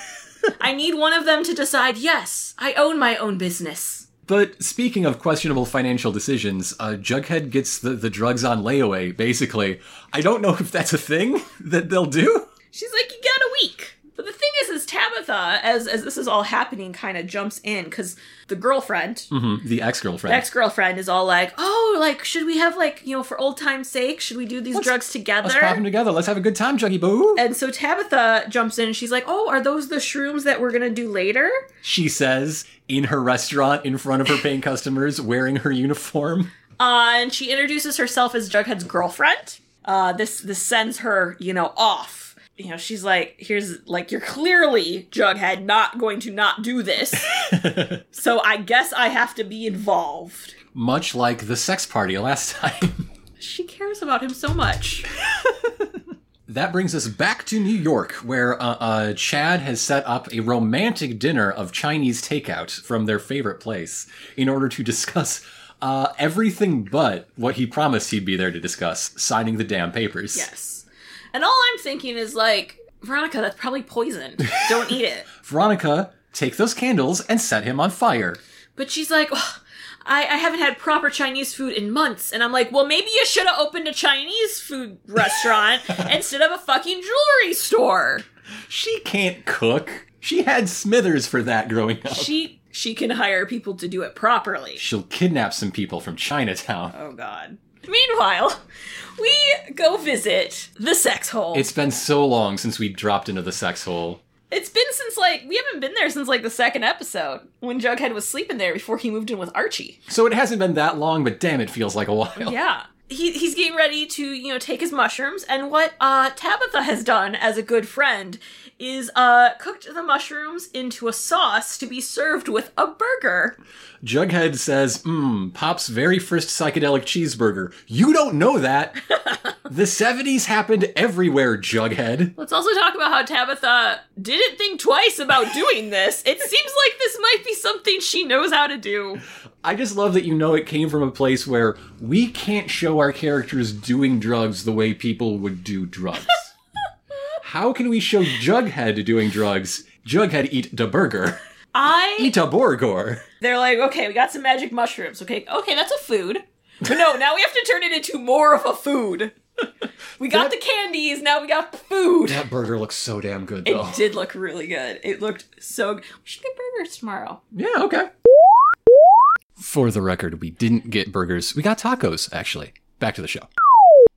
[SPEAKER 2] I need one of them to decide, yes, I own my own business.
[SPEAKER 3] But speaking of questionable financial decisions, uh, Jughead gets the, the drugs on layaway, basically. I don't know if that's a thing that they'll do.
[SPEAKER 2] She's like, you got a week. But the thing is, is Tabitha, as as this is all happening, kind of jumps in because the girlfriend,
[SPEAKER 3] Mm-hmm. The ex girlfriend.
[SPEAKER 2] ex girlfriend, is all like, "Oh, like should we have like you know for old time's sake, should we do these drugs
[SPEAKER 3] Let's pop them
[SPEAKER 2] together?"
[SPEAKER 3] together. Let's have a good time, Juggy Boo.
[SPEAKER 2] And so Tabitha jumps in. and She's like, "Oh, are those the shrooms that we're gonna do later?"
[SPEAKER 3] she says in her restaurant in front of her paying customers wearing her uniform.
[SPEAKER 2] Uh, and she introduces herself as Jughead's girlfriend. Uh, this this sends her, you know, off. You know, she's like, "Here's like you're clearly Jughead not going to not do this, so I guess I have to be involved."
[SPEAKER 3] Much like the sex party last time.
[SPEAKER 2] She cares about him so much.
[SPEAKER 3] That brings us back to New York, where uh, uh, Chad has set up a romantic dinner of Chinese takeout from their favorite place in order to discuss uh, everything but what he promised he'd be there to discuss signing the damn papers.
[SPEAKER 2] Yes. And all I'm thinking is like, Veronica, that's probably poison. Don't eat it.
[SPEAKER 3] Veronica, take those candles and set him on fire.
[SPEAKER 2] But she's like, "Ugh, I, I haven't had proper Chinese food in months. And I'm like, well, maybe you should have opened a Chinese food restaurant instead of a fucking jewelry store.
[SPEAKER 3] She can't cook. She had Smithers for that growing up.
[SPEAKER 2] She she can hire people to do it properly.
[SPEAKER 3] She'll kidnap some people from Chinatown.
[SPEAKER 2] Oh god. Meanwhile, we go visit the sex hole.
[SPEAKER 3] It's been so long since we dropped into the sex hole.
[SPEAKER 2] it's been since like we haven't been there since like the second episode when Jughead was sleeping there before he moved in with Archie.
[SPEAKER 3] So it hasn't been that long, but damn, it feels like a while.
[SPEAKER 2] Yeah. He, he's getting ready to, you know, take his mushrooms, and what uh, Tabitha has done as a good friend is uh, cooked the mushrooms into a sauce to be served with a burger.
[SPEAKER 3] Jughead says, Mmm, Pop's very first psychedelic cheeseburger. You don't know that. the 70s happened everywhere, Jughead.
[SPEAKER 2] Let's also talk about how Tabitha didn't think twice about doing this. It seems like this might be something she knows how to do.
[SPEAKER 3] I just love that you know it came from a place where we can't show our characters doing drugs the way people would do drugs. How can we show Jughead doing drugs? Jughead eat da burger.
[SPEAKER 2] I.
[SPEAKER 3] Eat a burger.
[SPEAKER 2] They're like, okay, we got some magic mushrooms. Okay, okay, that's a food. But no, now we have to turn it into more of a food. We got the candies, now we got food.
[SPEAKER 3] That burger looks so damn good,
[SPEAKER 2] It
[SPEAKER 3] though.
[SPEAKER 2] did look really good. It looked so good. We should get burgers tomorrow.
[SPEAKER 3] Yeah, okay. For the record, we didn't get burgers. We got tacos, actually. Back to the show.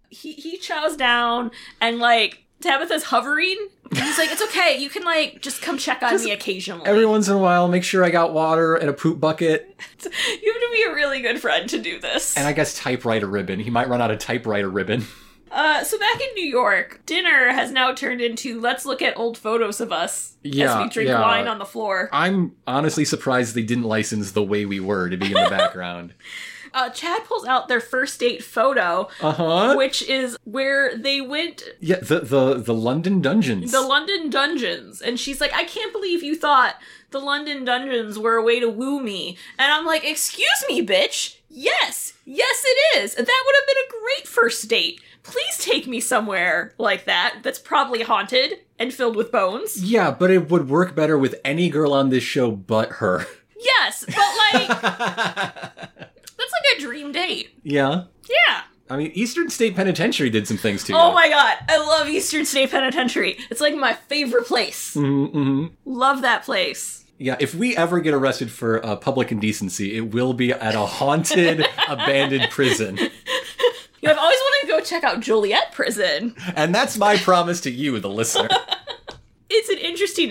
[SPEAKER 2] He he chows down and like Tabitha's hovering. He's like, it's okay. You can like just come check on me occasionally.
[SPEAKER 3] Every once in a while, make sure I got water and a poop bucket,
[SPEAKER 2] you have to be a really good friend to do this.
[SPEAKER 3] and I guess typewriter ribbon. He might run out of typewriter ribbon.
[SPEAKER 2] uh, so back in New York, dinner has now turned into let's look at old photos of us
[SPEAKER 3] Yeah,
[SPEAKER 2] as we drink
[SPEAKER 3] yeah.
[SPEAKER 2] wine on the floor.
[SPEAKER 3] I'm honestly surprised they didn't license the way we were to be in the background.
[SPEAKER 2] Uh, Chad pulls out their first date photo,
[SPEAKER 3] Uh huh.
[SPEAKER 2] which is where they went
[SPEAKER 3] Yeah, the, the the London dungeons.
[SPEAKER 2] the London Dungeons. And she's like, I can't believe you thought the London Dungeons were a way to woo me. And I'm like, Excuse me, bitch. Yes, yes, it is. That would have been a great first date. Please take me somewhere like that that's probably haunted and filled with bones.
[SPEAKER 3] yeah, but it would work better with any girl on this show but her.
[SPEAKER 2] Yes, but like, that's like a dream date.
[SPEAKER 3] yeah.
[SPEAKER 2] Yeah.
[SPEAKER 3] I mean, Eastern State Penitentiary did some things too.
[SPEAKER 2] Oh my god, I love Eastern State Penitentiary. It's like my favorite place.
[SPEAKER 3] Mm-hmm.
[SPEAKER 2] Love that place.
[SPEAKER 3] Yeah, if we ever get arrested for uh, public indecency, it will be at a haunted, abandoned prison.
[SPEAKER 2] You know, I've always wanted to go check out Joliet Prison.
[SPEAKER 3] And that's my promise to you, the listener.
[SPEAKER 2] it's an interesting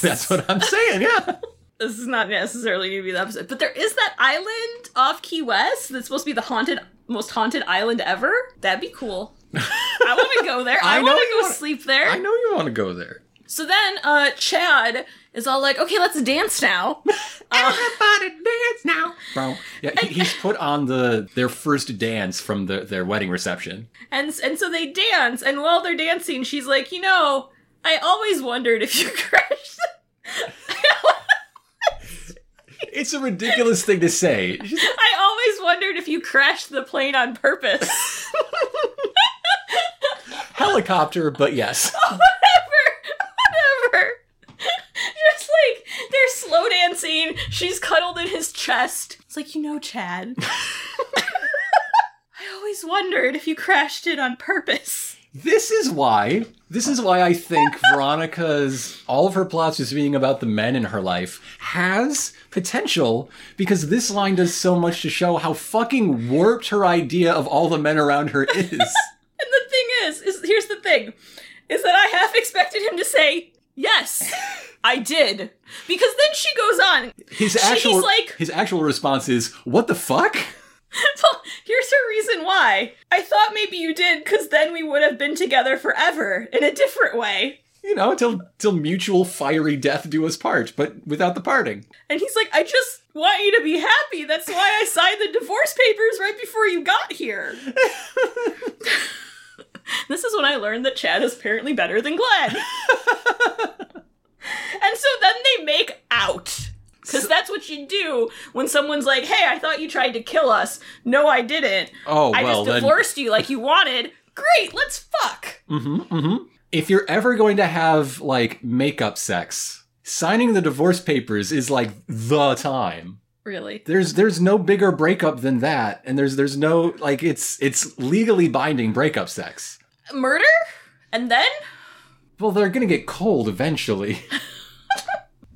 [SPEAKER 3] That's what I'm saying, yeah.
[SPEAKER 2] this is not necessarily going to be the episode, but there is that island off Key West that's supposed to be the haunted, most haunted island ever. That'd be cool. I want to go there. I,
[SPEAKER 3] I know
[SPEAKER 2] want to
[SPEAKER 3] you
[SPEAKER 2] go
[SPEAKER 3] wanna-
[SPEAKER 2] sleep there.
[SPEAKER 3] I know you want to go there.
[SPEAKER 2] So then, uh, Chad is all like, "Okay, let's dance now."
[SPEAKER 3] Everybody dance now. Uh, Bro. Yeah, he, he's put on the their first dance from the, their wedding reception.
[SPEAKER 2] And and so they dance, and while they're dancing, she's like, you know, I always wondered if you crashed.
[SPEAKER 3] It's a ridiculous thing to say.
[SPEAKER 2] I always always wondered if you crashed the plane on purpose.
[SPEAKER 3] Helicopter, but yes.
[SPEAKER 2] whatever, whatever. Just like they're slow dancing, she's cuddled in his chest. It's like you know, Chad. I always wondered if you crashed it on purpose.
[SPEAKER 3] This is why. This is why I think Veronica's all of her plots just being about the men in her life has potential because this line does so much to show how fucking warped her idea of all the men around her is.
[SPEAKER 2] And the thing is, is here's the thing, is that I half expected him to say yes, I did, because then she goes on.
[SPEAKER 3] His
[SPEAKER 2] She's
[SPEAKER 3] actual
[SPEAKER 2] like-
[SPEAKER 3] his actual response is, "What the fuck?"
[SPEAKER 2] Well, here's her reason why. I thought maybe you did, because then we would have been together forever in a different way.
[SPEAKER 3] You know, till till mutual fiery death do us part, but without the parting.
[SPEAKER 2] And he's like, I just want you to be happy. That's why I signed the divorce papers right before you got here. this is when I learned that Chad is apparently better than Glenn. and so then they make out. Because that's what you do when someone's like, hey, I thought you tried to kill us. No, I didn't.
[SPEAKER 3] Oh
[SPEAKER 2] I
[SPEAKER 3] well,
[SPEAKER 2] just
[SPEAKER 3] then.
[SPEAKER 2] divorced you like you wanted. Great, let's fuck.
[SPEAKER 3] mm-hmm, if you're ever going to have like makeup sex, signing the divorce papers is like the time.
[SPEAKER 2] Really?
[SPEAKER 3] There's there's no bigger breakup than that, and there's there's no like it's it's legally binding breakup sex.
[SPEAKER 2] Murder? And then?
[SPEAKER 3] Well, they're gonna get cold eventually.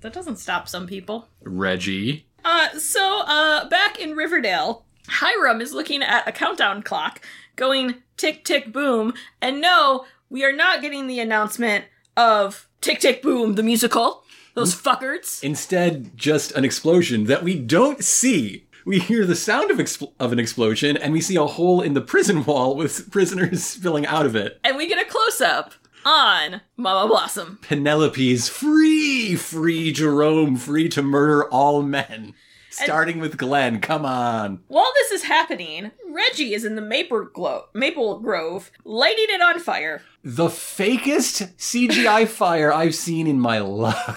[SPEAKER 2] That doesn't stop some people.
[SPEAKER 3] Reggie.
[SPEAKER 2] Uh, so, uh, back in Riverdale, Hiram is looking at a countdown clock going tick, tick, boom. And no, we are not getting the announcement of Tick, Tick, Boom, the musical. Those fuckers.
[SPEAKER 3] Instead, just an explosion that we don't see. We hear the sound of expl- of an explosion, and we see a hole in the prison wall with prisoners spilling out of it.
[SPEAKER 2] And we get a close up on Mama Blossom.
[SPEAKER 3] Penelope's free, free Jerome, free to murder all men. Starting with Glenn, come on.
[SPEAKER 2] While this is happening, Reggie is in the Maple, Glo- Maple Grove, lighting it on fire.
[SPEAKER 3] The fakest CGI fire I've seen in my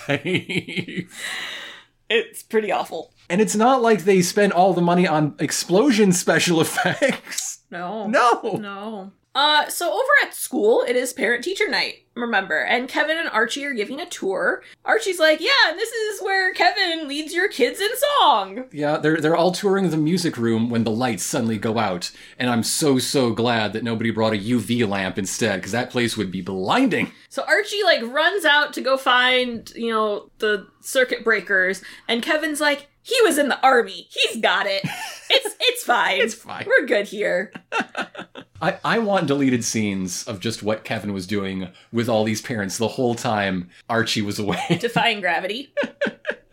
[SPEAKER 3] life.
[SPEAKER 2] It's pretty awful.
[SPEAKER 3] And it's not like they spent all the money on explosion special effects.
[SPEAKER 2] No.
[SPEAKER 3] No.
[SPEAKER 2] No. Uh, so over at school, it is parent teacher night, remember, and Kevin and Archie are giving a tour. Archie's like, Yeah, and this is where Kevin leads your kids in song.
[SPEAKER 3] Yeah, they're they're all touring the music room when the lights suddenly go out, and I'm so so glad that nobody brought a UV lamp instead, because that place would be blinding.
[SPEAKER 2] So Archie, like, runs out to go find, you know, the circuit breakers, and Kevin's like, He was in the army. He's got it. It's it's fine.
[SPEAKER 3] It's fine.
[SPEAKER 2] We're good here.
[SPEAKER 3] I, I want deleted scenes of just what Kevin was doing with all these parents the whole time Archie was away.
[SPEAKER 2] Defying gravity.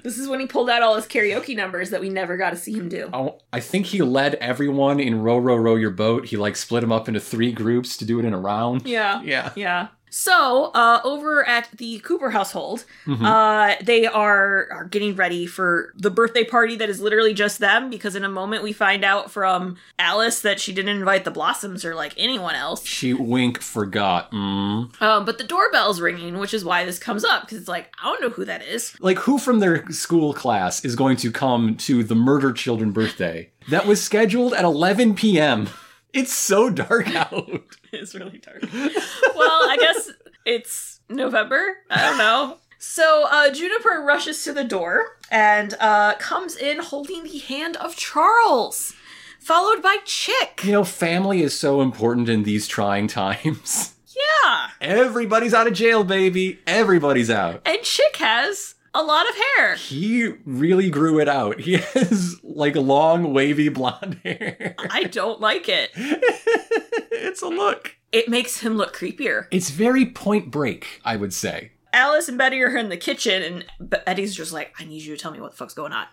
[SPEAKER 2] This is when he pulled out all his karaoke numbers that we never got to see him do.
[SPEAKER 3] Oh, I think he led everyone in Row, Row, Row Your Boat. He like split them up into three groups to do it in a round.
[SPEAKER 2] Yeah.
[SPEAKER 3] Yeah.
[SPEAKER 2] Yeah. So, uh, over at the Cooper household, uh, they are are getting ready for the birthday party that is literally just them. Because in a moment, we find out from Alice that she didn't invite the Blossoms or like anyone else.
[SPEAKER 3] She wink forgot. Mm.
[SPEAKER 2] Um, but the doorbell's ringing, which is why this comes up. Because it's like I don't know who that is.
[SPEAKER 3] Like, who from their school class is going to come to the murder children birthday that was scheduled at 11 p.m.? It's so dark out.
[SPEAKER 2] It's really dark. well, I guess it's November. I don't know. So uh, Juniper rushes to the door and uh, comes in holding the hand of Charles, followed by Chick.
[SPEAKER 3] You know, family is so important in these trying times.
[SPEAKER 2] Yeah,
[SPEAKER 3] Everybody's out of jail, baby. Everybody's out.
[SPEAKER 2] and Chick has a lot of hair.
[SPEAKER 3] He really grew it out. He has like long, wavy blonde hair.
[SPEAKER 2] I don't like it.
[SPEAKER 3] it's a look.
[SPEAKER 2] It makes him look creepier.
[SPEAKER 3] It's very point break, I would say.
[SPEAKER 2] Alice and Betty are in the kitchen, and B- Betty's just like, "I need you to tell me what the fuck's going on."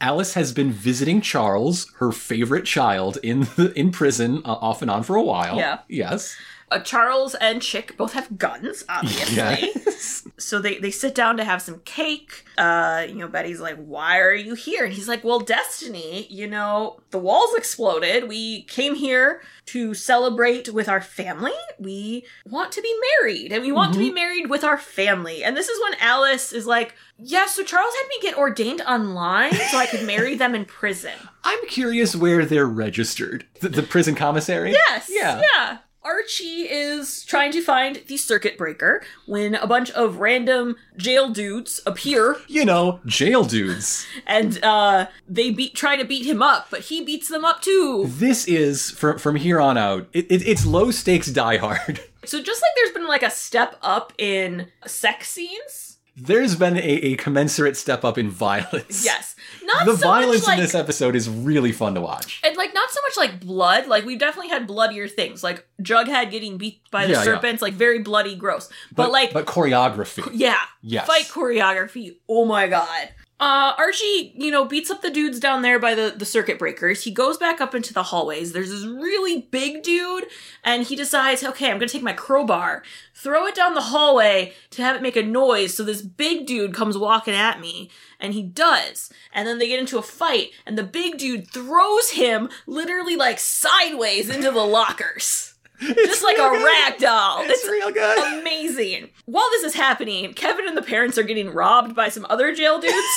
[SPEAKER 3] Alice has been visiting Charles, her favorite child, in the, in prison uh, off and on for a while.
[SPEAKER 2] Yeah.
[SPEAKER 3] Yes.
[SPEAKER 2] uh, Charles and Chick both have guns, obviously.
[SPEAKER 3] Yes.
[SPEAKER 2] So they, they sit down to have some cake. Uh, you know, Betty's like, Why are you here? And he's like, Well, Destiny, you know, the walls exploded. We came here to celebrate with our family. We want to be married, and we want to be married with our family. And this is when Alice is like, Yeah, so Charles had me get ordained online so I could marry them in prison.
[SPEAKER 3] I'm curious where they're registered. The, the prison commissary?
[SPEAKER 2] Yes.
[SPEAKER 3] Yeah.
[SPEAKER 2] Yeah. Archie is trying to find the circuit breaker when a bunch of random jail dudes appear
[SPEAKER 3] You know, jail dudes.
[SPEAKER 2] and uh, they beat try to beat him up, but he beats them up too.
[SPEAKER 3] This is, from, from here on out, it, it, it's low stakes die hard.
[SPEAKER 2] So just like there's been like a step up in sex scenes,
[SPEAKER 3] There's been a, a commensurate step up in violence.
[SPEAKER 2] yes, not
[SPEAKER 3] The
[SPEAKER 2] so
[SPEAKER 3] violence
[SPEAKER 2] much like
[SPEAKER 3] in this episode is really fun to watch.
[SPEAKER 2] and like not so much like blood. Like we've definitely had bloodier things, like Jughead getting beat by the
[SPEAKER 3] Yeah, yeah.
[SPEAKER 2] serpents, like very bloody, gross. But, like
[SPEAKER 3] but choreography.
[SPEAKER 2] Yeah.
[SPEAKER 3] Yes.
[SPEAKER 2] Fight choreography. Oh my god. Uh, Archie, you know, beats up the dudes down there by the, the circuit breakers. He goes back up into the hallways. There's this really big dude, and he decides, okay, I'm gonna take my crowbar, throw it down the hallway to have it make a noise. So this big dude comes walking at me, and he does. And then they get into a fight, and the big dude throws him literally like sideways into the lockers. Just like a rag doll.
[SPEAKER 3] It's real good.
[SPEAKER 2] Amazing. While this is happening, Kevin and the parents are getting robbed by some other jail dudes,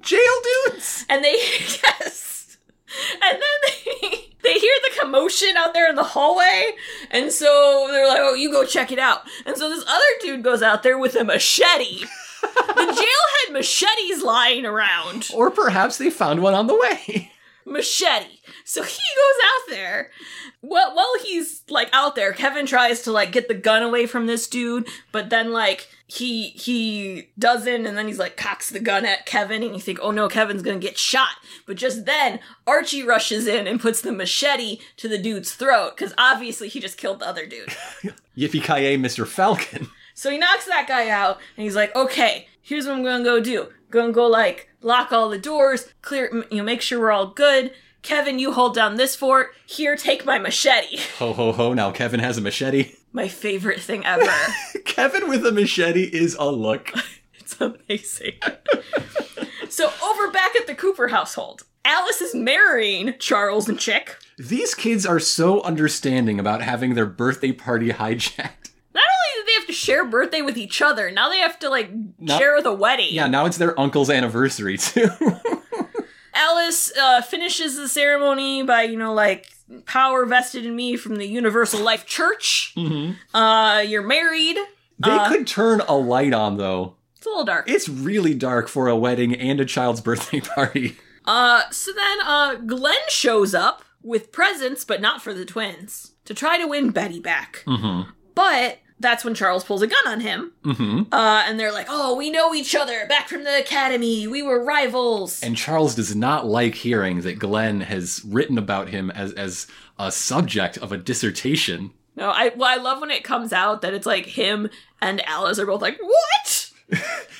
[SPEAKER 3] Jail dudes.
[SPEAKER 2] and they yes, and then they they hear the commotion out there in the hallway, and so they're like, "Oh, you go check it out." And so this other dude goes out there with a machete. the jail had machetes lying around.
[SPEAKER 3] Or perhaps they found one on the way.
[SPEAKER 2] machete. So he goes out there. Well, while he's like out there, Kevin tries to like get the gun away from this dude, but then like he he doesn't, and then he's like cocks the gun at Kevin, and you think, oh no, Kevin's gonna get shot. But just then, Archie rushes in and puts the machete to the dude's throat because obviously he just killed the other dude.
[SPEAKER 3] Yippee ki yay, Mr. Falcon.
[SPEAKER 2] So he knocks that guy out, and he's like, "Okay, here's what I'm gonna go do. Gonna go like lock all the doors, clear, m- you know, make sure we're all good. Kevin, you hold down this fort. Here, take my machete.
[SPEAKER 3] Ho ho ho! Now Kevin has a machete.
[SPEAKER 2] My favorite thing ever.
[SPEAKER 3] Kevin with a machete is a look.
[SPEAKER 2] it's amazing. so over back at the Cooper household, Alice is marrying Charles and Chick.
[SPEAKER 3] These kids are so understanding about having their birthday party hijacked.
[SPEAKER 2] Not only did they have to share birthday with each other, now they have to like
[SPEAKER 3] No.
[SPEAKER 2] share the wedding.
[SPEAKER 3] Yeah, now it's their uncle's anniversary too.
[SPEAKER 2] Alice uh, finishes the ceremony by, you know, like power vested in me from the Universal Life Church.
[SPEAKER 3] Mhm.
[SPEAKER 2] Uh, you're married.
[SPEAKER 3] They
[SPEAKER 2] Uh.
[SPEAKER 3] could turn a light on though.
[SPEAKER 2] It's a little dark.
[SPEAKER 3] It's really dark for a wedding and a child's birthday party.
[SPEAKER 2] Uh, so then uh, Glenn shows up with presents, but not for the twins, to try to win Betty back.
[SPEAKER 3] Mm-hmm.
[SPEAKER 2] But that's when Charles pulls a gun on him.
[SPEAKER 3] Mm-hmm.
[SPEAKER 2] Uh, and they're like, oh, we know each other back from the academy. We were rivals.
[SPEAKER 3] And Charles does not like hearing that Glenn has written about him as as a subject of a dissertation.
[SPEAKER 2] no, I, well, I love when it comes out that it's like him and Alice are both like, what?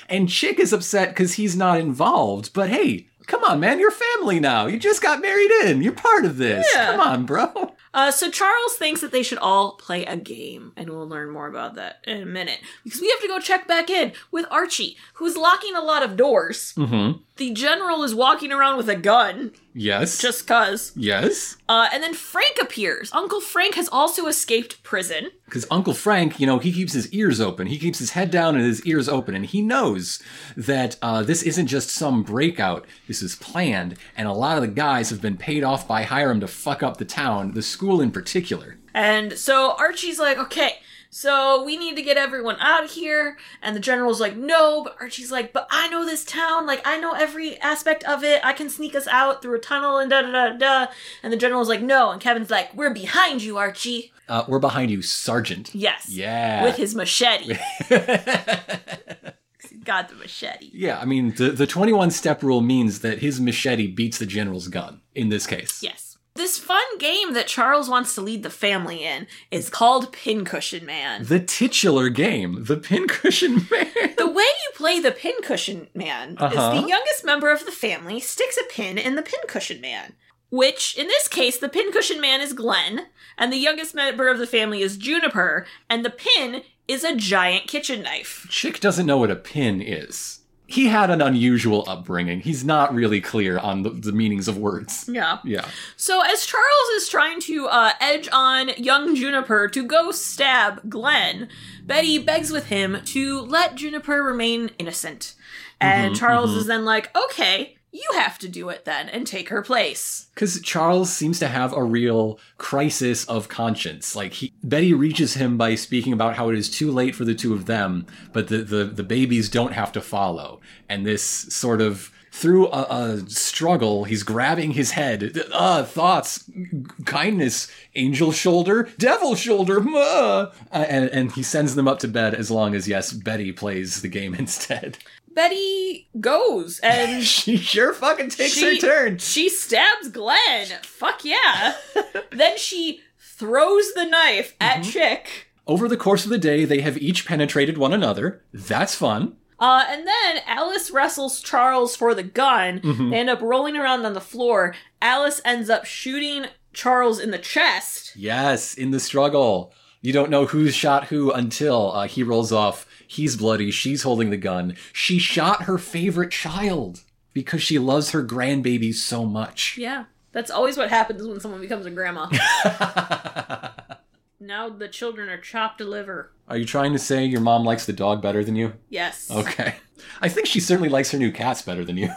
[SPEAKER 3] And Chick is upset because he's not involved. But hey, come on, man, you're family now. You just got married in. You're part of this.
[SPEAKER 2] Yeah.
[SPEAKER 3] Come on, bro.
[SPEAKER 2] Uh, so Charles thinks that they should all play a game, and we'll learn more about that in a minute because we have to go check back in with Archie, who's locking a lot of doors.
[SPEAKER 3] Mm-hmm.
[SPEAKER 2] The general is walking around with a gun,
[SPEAKER 3] Yes.
[SPEAKER 2] just cause.
[SPEAKER 3] yes.
[SPEAKER 2] Uh, and then Frank appears. Uncle Frank has also escaped prison.
[SPEAKER 3] Because Uncle Frank, you know, he keeps his ears open. He keeps his head down and his ears open, and he knows that uh, this isn't just some breakout. This is planned, and a lot of the guys have been paid off by Hiram to fuck up the town, the school in particular.
[SPEAKER 2] And so Archie's like, okay, so we need to get everyone out of here. And the general's like, no. But Archie's like, but I know this town. Like, I know every aspect of it. I can sneak us out through a tunnel and da da da da. And the general's like, no. And Kevin's like, we're behind you, Archie.
[SPEAKER 3] Uh, we're behind you, Sergeant.
[SPEAKER 2] Yes.
[SPEAKER 3] Yeah.
[SPEAKER 2] With his machete. He's got the machete.
[SPEAKER 3] Yeah, I mean, the, the 21 step rule means that his machete beats the general's gun in this case.
[SPEAKER 2] Yes. This fun game that Charles wants to lead the family in is called Pincushion Man.
[SPEAKER 3] The titular game, the pincushion man.
[SPEAKER 2] The way you play the pincushion man
[SPEAKER 3] Uh-huh.
[SPEAKER 2] is the youngest member of the family sticks a pin in the pincushion man. which in this case the pincushion man is Glenn and the youngest member of the family is Juniper and the pin is a giant kitchen knife.
[SPEAKER 3] Chick doesn't know what a pin is. He had an unusual upbringing. He's not really clear on the, the meanings of words.
[SPEAKER 2] Yeah.
[SPEAKER 3] Yeah.
[SPEAKER 2] So as Charles is trying to uh, edge on young Juniper to go stab Glenn, Betty begs with him to let Juniper remain innocent. And Charles is then like, "Okay, you have to do it then and take her place."
[SPEAKER 3] Because Charles seems to have a real crisis of conscience. Like, he, Betty reaches him by speaking about how it is too late for the two of them, but the, the, the babies don't have to follow. And this sort of, through a, a struggle, he's grabbing his head. Uh, thoughts, kindness, angel shoulder, devil shoulder, muh! Uh, and, and he sends them up to bed as long as, yes, Betty plays the game instead.
[SPEAKER 2] Betty goes and
[SPEAKER 3] she sure fucking takes her
[SPEAKER 2] She-
[SPEAKER 3] turn.
[SPEAKER 2] She stabs Glenn. Fuck yeah. then she throws the knife
[SPEAKER 3] Mm-hmm.
[SPEAKER 2] at Chick.
[SPEAKER 3] Over the course of the day, they have each penetrated one another. That's fun.
[SPEAKER 2] Uh, and then Alice wrestles Charles for the gun.
[SPEAKER 3] Mm-hmm.
[SPEAKER 2] They end up rolling around on the floor. Alice ends up shooting Charles in the chest.
[SPEAKER 3] Yes, in the struggle. You don't know who's shot who until uh, he rolls off. He's bloody. She's holding the gun. She shot her favorite child because she loves her grandbaby so much.
[SPEAKER 2] Yeah. That's always what happens when someone becomes a grandma. now the children are chopped to liver.
[SPEAKER 3] Are you trying to say your mom likes the dog better than you?
[SPEAKER 2] Yes.
[SPEAKER 3] Okay. I think she certainly likes her new cats better than you.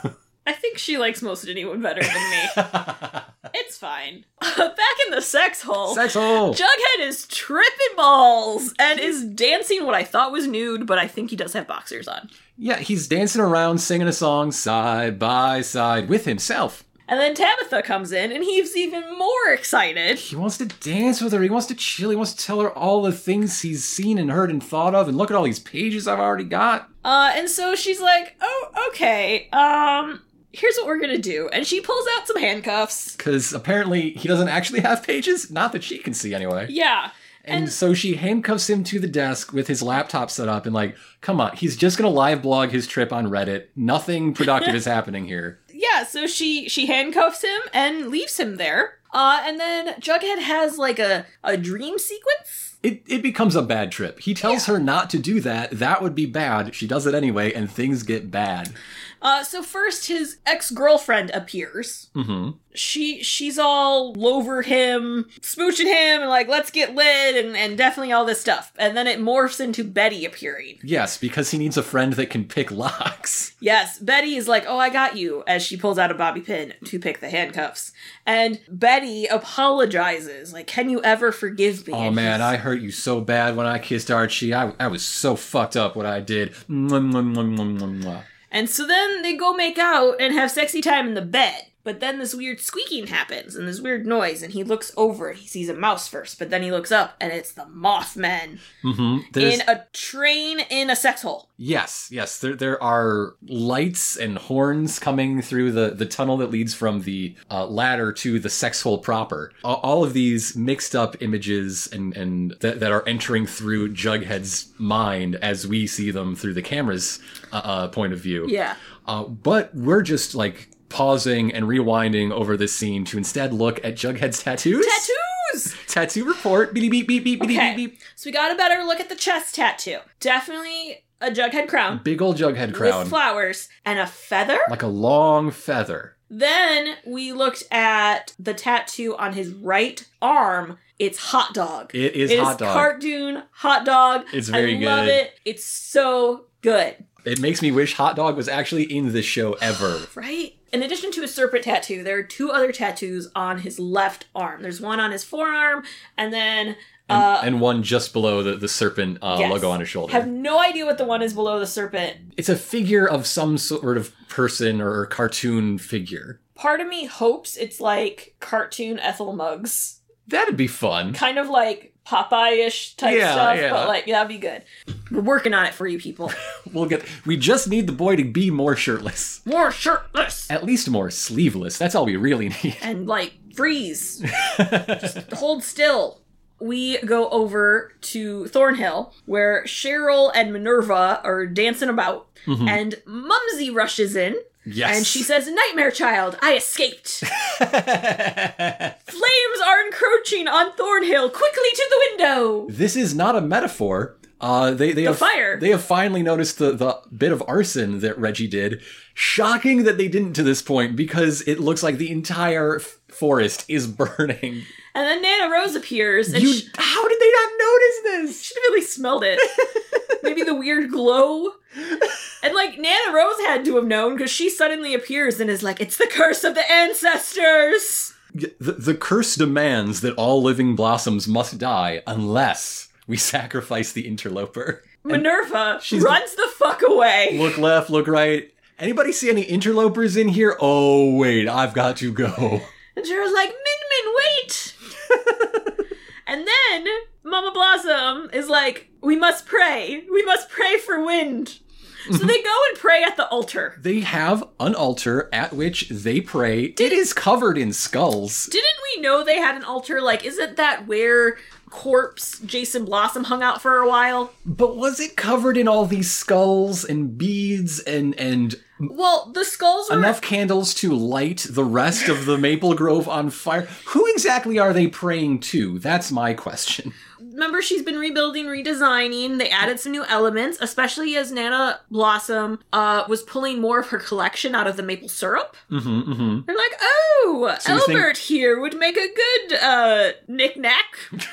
[SPEAKER 2] I think she likes most anyone better than me. it's fine. Back in the sex hole.
[SPEAKER 3] Sexual.
[SPEAKER 2] Jughead is tripping balls and is dancing what I thought was nude, but I think he does have boxers on.
[SPEAKER 3] Yeah, he's dancing around, singing a song side by side with himself.
[SPEAKER 2] And then Tabitha comes in and he's even more excited.
[SPEAKER 3] He wants to dance with her. He wants to chill. He wants to tell her all the things he's seen and heard and thought of. And look at all these pages I've already got.
[SPEAKER 2] Uh, and so she's like, oh, okay, um, here's what we're gonna do. And she pulls out some handcuffs.
[SPEAKER 3] Because apparently he doesn't actually have pages. Not that she can see, anyway.
[SPEAKER 2] Yeah.
[SPEAKER 3] And,
[SPEAKER 2] and-
[SPEAKER 3] so she handcuffs him to the desk with his laptop set up and, like, come on, he's just going to live blog his trip on Reddit. Nothing productive is happening here.
[SPEAKER 2] yeah so she she handcuffs him and leaves him there uh and then jughead has like a a dream sequence
[SPEAKER 3] It, it becomes a bad trip. He tells her not to do that. That would be bad. She does it anyway, and things get bad.
[SPEAKER 2] uh so first his ex-girlfriend appears
[SPEAKER 3] hmm
[SPEAKER 2] she she's all over him smooching him and like let's get lit and and definitely all this stuff and then it morphs into betty appearing
[SPEAKER 3] Yes, because he needs a friend that can pick locks.
[SPEAKER 2] Yes, Betty is like, "Oh, I got you," as she pulls out a bobby pin to pick the handcuffs. And Betty apologizes, like, "Can you ever forgive me?"
[SPEAKER 3] Oh
[SPEAKER 2] And
[SPEAKER 3] man,
[SPEAKER 2] he's-
[SPEAKER 3] I hurt you so bad when I kissed Archie. I, I was so fucked up what I did. Mwah, mwah, mwah, mwah, mwah, mwah.
[SPEAKER 2] And so then they go make out and have sexy time in the bed. But then this weird squeaking happens and this weird noise, and he looks over and he sees a mouse first, but then he looks up and it's the Mothman
[SPEAKER 3] Mhm. There's
[SPEAKER 2] in a train in a sex hole.
[SPEAKER 3] yes, yes. There there are lights and horns coming through the the tunnel that leads from the uh, ladder to the sex hole proper. A- All of these mixed up images and and that, that are entering through Jughead's mind as we see them through the camera's uh, uh, point of view.
[SPEAKER 2] Yeah.
[SPEAKER 3] Uh, but we're just like pausing and rewinding over this scene to instead look at Jughead's tattoos.
[SPEAKER 2] Tattoos!
[SPEAKER 3] Tattoo report. Beep beep beep beep beep
[SPEAKER 2] Okay.
[SPEAKER 3] beep beep.
[SPEAKER 2] So we got a better look at the chest tattoo. Definitely a jughead crown
[SPEAKER 3] Big old Jughead
[SPEAKER 2] with
[SPEAKER 3] crown,
[SPEAKER 2] flowers and a feather.
[SPEAKER 3] like a long feather.
[SPEAKER 2] Then we looked at the tattoo on his right arm. It's hot dog.
[SPEAKER 3] It is
[SPEAKER 2] It is
[SPEAKER 3] hot dog.
[SPEAKER 2] cartoon hot dog.
[SPEAKER 3] It's very
[SPEAKER 2] I love
[SPEAKER 3] good.
[SPEAKER 2] it. It's so good,
[SPEAKER 3] it makes me wish hot dog was actually in this show ever.
[SPEAKER 2] right? In addition to his serpent tattoo, there are two other tattoos on his left arm. There's one on his forearm, and then
[SPEAKER 3] And,
[SPEAKER 2] uh,
[SPEAKER 3] and one just below the, the serpent uh,
[SPEAKER 2] yes.
[SPEAKER 3] logo on his shoulder.
[SPEAKER 2] have no idea what the one is below the serpent.
[SPEAKER 3] it's a figure of some sort of person or cartoon figure.
[SPEAKER 2] Part of me hopes it's like cartoon Ethel Muggs,
[SPEAKER 3] That'd be fun.
[SPEAKER 2] kind of like Popeye-ish type
[SPEAKER 3] Yeah,
[SPEAKER 2] stuff,
[SPEAKER 3] yeah.
[SPEAKER 2] but like that'd be good. We're working on it for you people.
[SPEAKER 3] We'll get. We just need the boy to be more shirtless.
[SPEAKER 2] more shirtless
[SPEAKER 3] At least more sleeveless. That's all we really need.
[SPEAKER 2] and like freeze just hold still we go over to thornhill where cheryl and minerva are dancing about and mumsy rushes in
[SPEAKER 3] Mm-hmm. Yes.
[SPEAKER 2] And she says, Nightmare Child, I escaped. Flames are encroaching on Thornhill. Quickly to the window.
[SPEAKER 3] This is not a metaphor. Uh, they they have
[SPEAKER 2] fire.
[SPEAKER 3] They have finally noticed the the bit of arson that Reggie did. Shocking that they didn't to this point because it looks like the entire f- forest is burning.
[SPEAKER 2] And then Nana Rose appears and
[SPEAKER 3] You,
[SPEAKER 2] she
[SPEAKER 3] how did they not notice this?
[SPEAKER 2] should have at least smelled it. Maybe the weird glow. And like Nana Rose had to have known because she suddenly appears and is like, It's the curse of the ancestors.
[SPEAKER 3] The, the curse demands that all living blossoms must die unless we sacrifice the interloper.
[SPEAKER 2] Minerva runs the fuck away.
[SPEAKER 3] Look left, look right. Anybody see any interlopers in here? Oh wait, I've got to go.
[SPEAKER 2] And Cheryl's like, Min Min, wait! and then Mama Blossom is like, We must pray. We must pray for wind. So they go and pray at the altar.
[SPEAKER 3] They have an altar at which they pray. it is covered in skulls.
[SPEAKER 2] Didn't we know they had an altar? Like, isn't that where corpse Jason Blossom hung out for a while?
[SPEAKER 3] But was it covered in all these skulls and beads and and
[SPEAKER 2] Well, the skulls were.
[SPEAKER 3] enough candles to light the rest of the maple grove on fire? Who exactly are they praying to? That's my question.
[SPEAKER 2] Remember, she's been rebuilding, redesigning. They added some new elements, especially as Nana Blossom uh, was pulling more of her collection out of the maple syrup.
[SPEAKER 3] Mm-hmm, mm-hmm.
[SPEAKER 2] They're like, oh,
[SPEAKER 3] So you think-
[SPEAKER 2] Albert here would make a good uh, knick-knack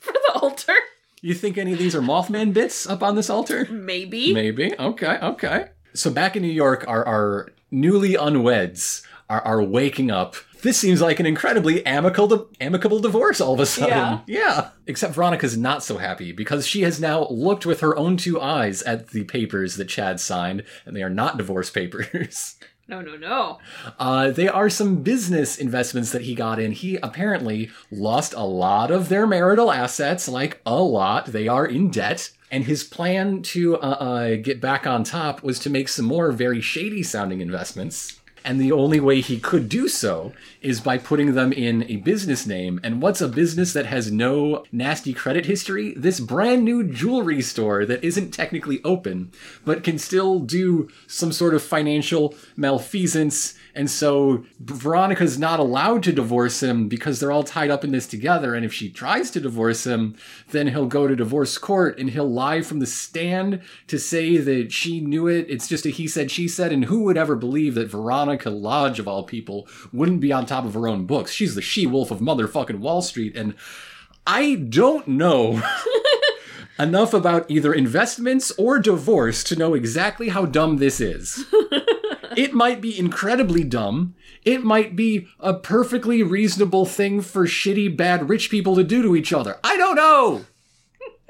[SPEAKER 2] for the altar.
[SPEAKER 3] You think any of these are Mothman bits up on this altar?
[SPEAKER 2] Maybe.
[SPEAKER 3] Maybe. Okay. Okay. So back in New York, our, our newly unweds are, are waking up. This seems like an incredibly amicable amicable divorce all of a sudden.
[SPEAKER 2] Yeah.
[SPEAKER 3] yeah. Except Veronica's not so happy because she has now looked with her own two eyes at the papers that Chad signed, and they are not divorce papers.
[SPEAKER 2] No, no, no.
[SPEAKER 3] Uh, they are some business investments that he got in. He apparently lost a lot of their marital assets, like a lot. They are in debt. And his plan to uh, uh, get back on top was to make some more very shady sounding investments. And the only way he could do so is by putting them in a business name. And what's a business that has no nasty credit history? This brand new jewelry store that isn't technically open, but can still do some sort of financial malfeasance. And so Veronica's not allowed to divorce him because they're all tied up in this together. And if she tries to divorce him, then he'll go to divorce court and he'll lie from the stand to say that she knew it. It's just a he said, she said. And who would ever believe that Veronica Lodge, of all people, wouldn't be on top of her own books? She's the she wolf of motherfucking Wall Street. And I don't know. Enough about either investments or divorce to know exactly how dumb this is. It might be incredibly dumb. It might be a perfectly reasonable thing for shitty, bad, rich people to do to each other. I don't know.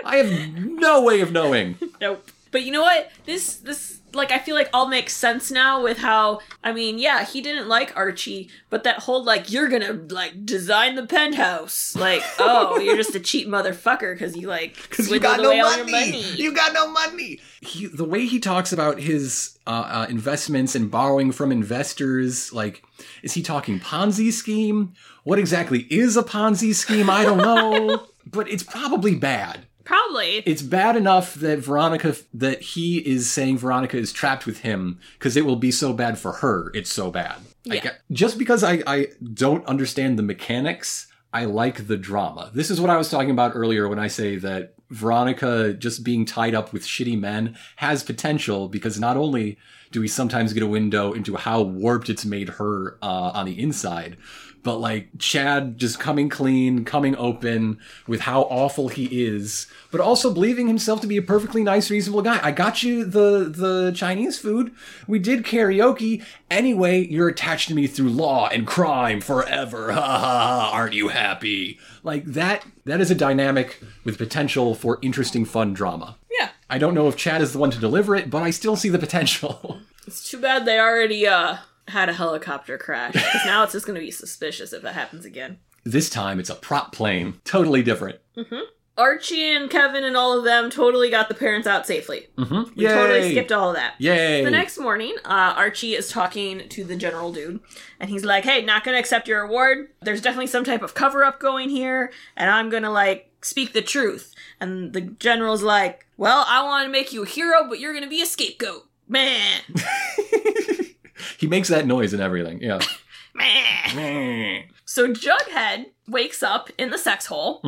[SPEAKER 3] I have no way of knowing.
[SPEAKER 2] Nope. But you know what? This, this, like, I feel like all makes sense now with how, I mean, yeah, he didn't like Archie, but that whole, like, you're gonna, like, design the penthouse. Like, oh, you're just a cheap motherfucker because you, like,
[SPEAKER 3] Because you
[SPEAKER 2] swindled
[SPEAKER 3] got no
[SPEAKER 2] away all
[SPEAKER 3] money.
[SPEAKER 2] your money.
[SPEAKER 3] You got no money. He, the way he talks about his uh, uh, investments and borrowing from investors, like, is he talking Ponzi scheme? What exactly is a Ponzi scheme? I don't know. but it's probably bad.
[SPEAKER 2] Probably.
[SPEAKER 3] it's bad enough that Veronica that he is saying Veronica is trapped with him because it will be so bad for her. It's so bad. I
[SPEAKER 2] Yeah.
[SPEAKER 3] ge- just because I, I don't understand the mechanics, I like the drama. This is what I was talking about earlier when I say that Veronica just being tied up with shitty men has potential because not only do we sometimes get a window into how warped it's made her uh, on the inside, but like Chad just coming clean, coming open with how awful he is, but also believing himself to be a perfectly nice, reasonable guy. I got you the the Chinese food. We did karaoke. Anyway, you're attached to me through law and crime forever. Ha ha ha. Aren't you happy? Like that that is a dynamic with potential for interesting fun drama.
[SPEAKER 2] yeah.
[SPEAKER 3] I don't know if Chad is the one to deliver it, but I still see the potential.
[SPEAKER 2] It's too bad they already uh had a helicopter crash. 'cause now it's just gonna be suspicious if that happens again.
[SPEAKER 3] this time it's a prop plane. Totally different.
[SPEAKER 2] Archie and Kevin and all of them totally got the parents out safely.
[SPEAKER 3] Mm-hmm.
[SPEAKER 2] We totally skipped all of that.
[SPEAKER 3] Yay.
[SPEAKER 2] The next morning, uh, Archie is talking to the general dude, and he's like, "Hey, not gonna accept your award. There's definitely some type of cover up going here, and I'm gonna like speak the truth." And the general's like, "Well, I want to make you a hero, but you're gonna be a scapegoat, man."
[SPEAKER 3] He makes that noise and everything. Yeah.
[SPEAKER 2] Meh.
[SPEAKER 3] mm-hmm.
[SPEAKER 2] So Jughead wakes up in the sex hole,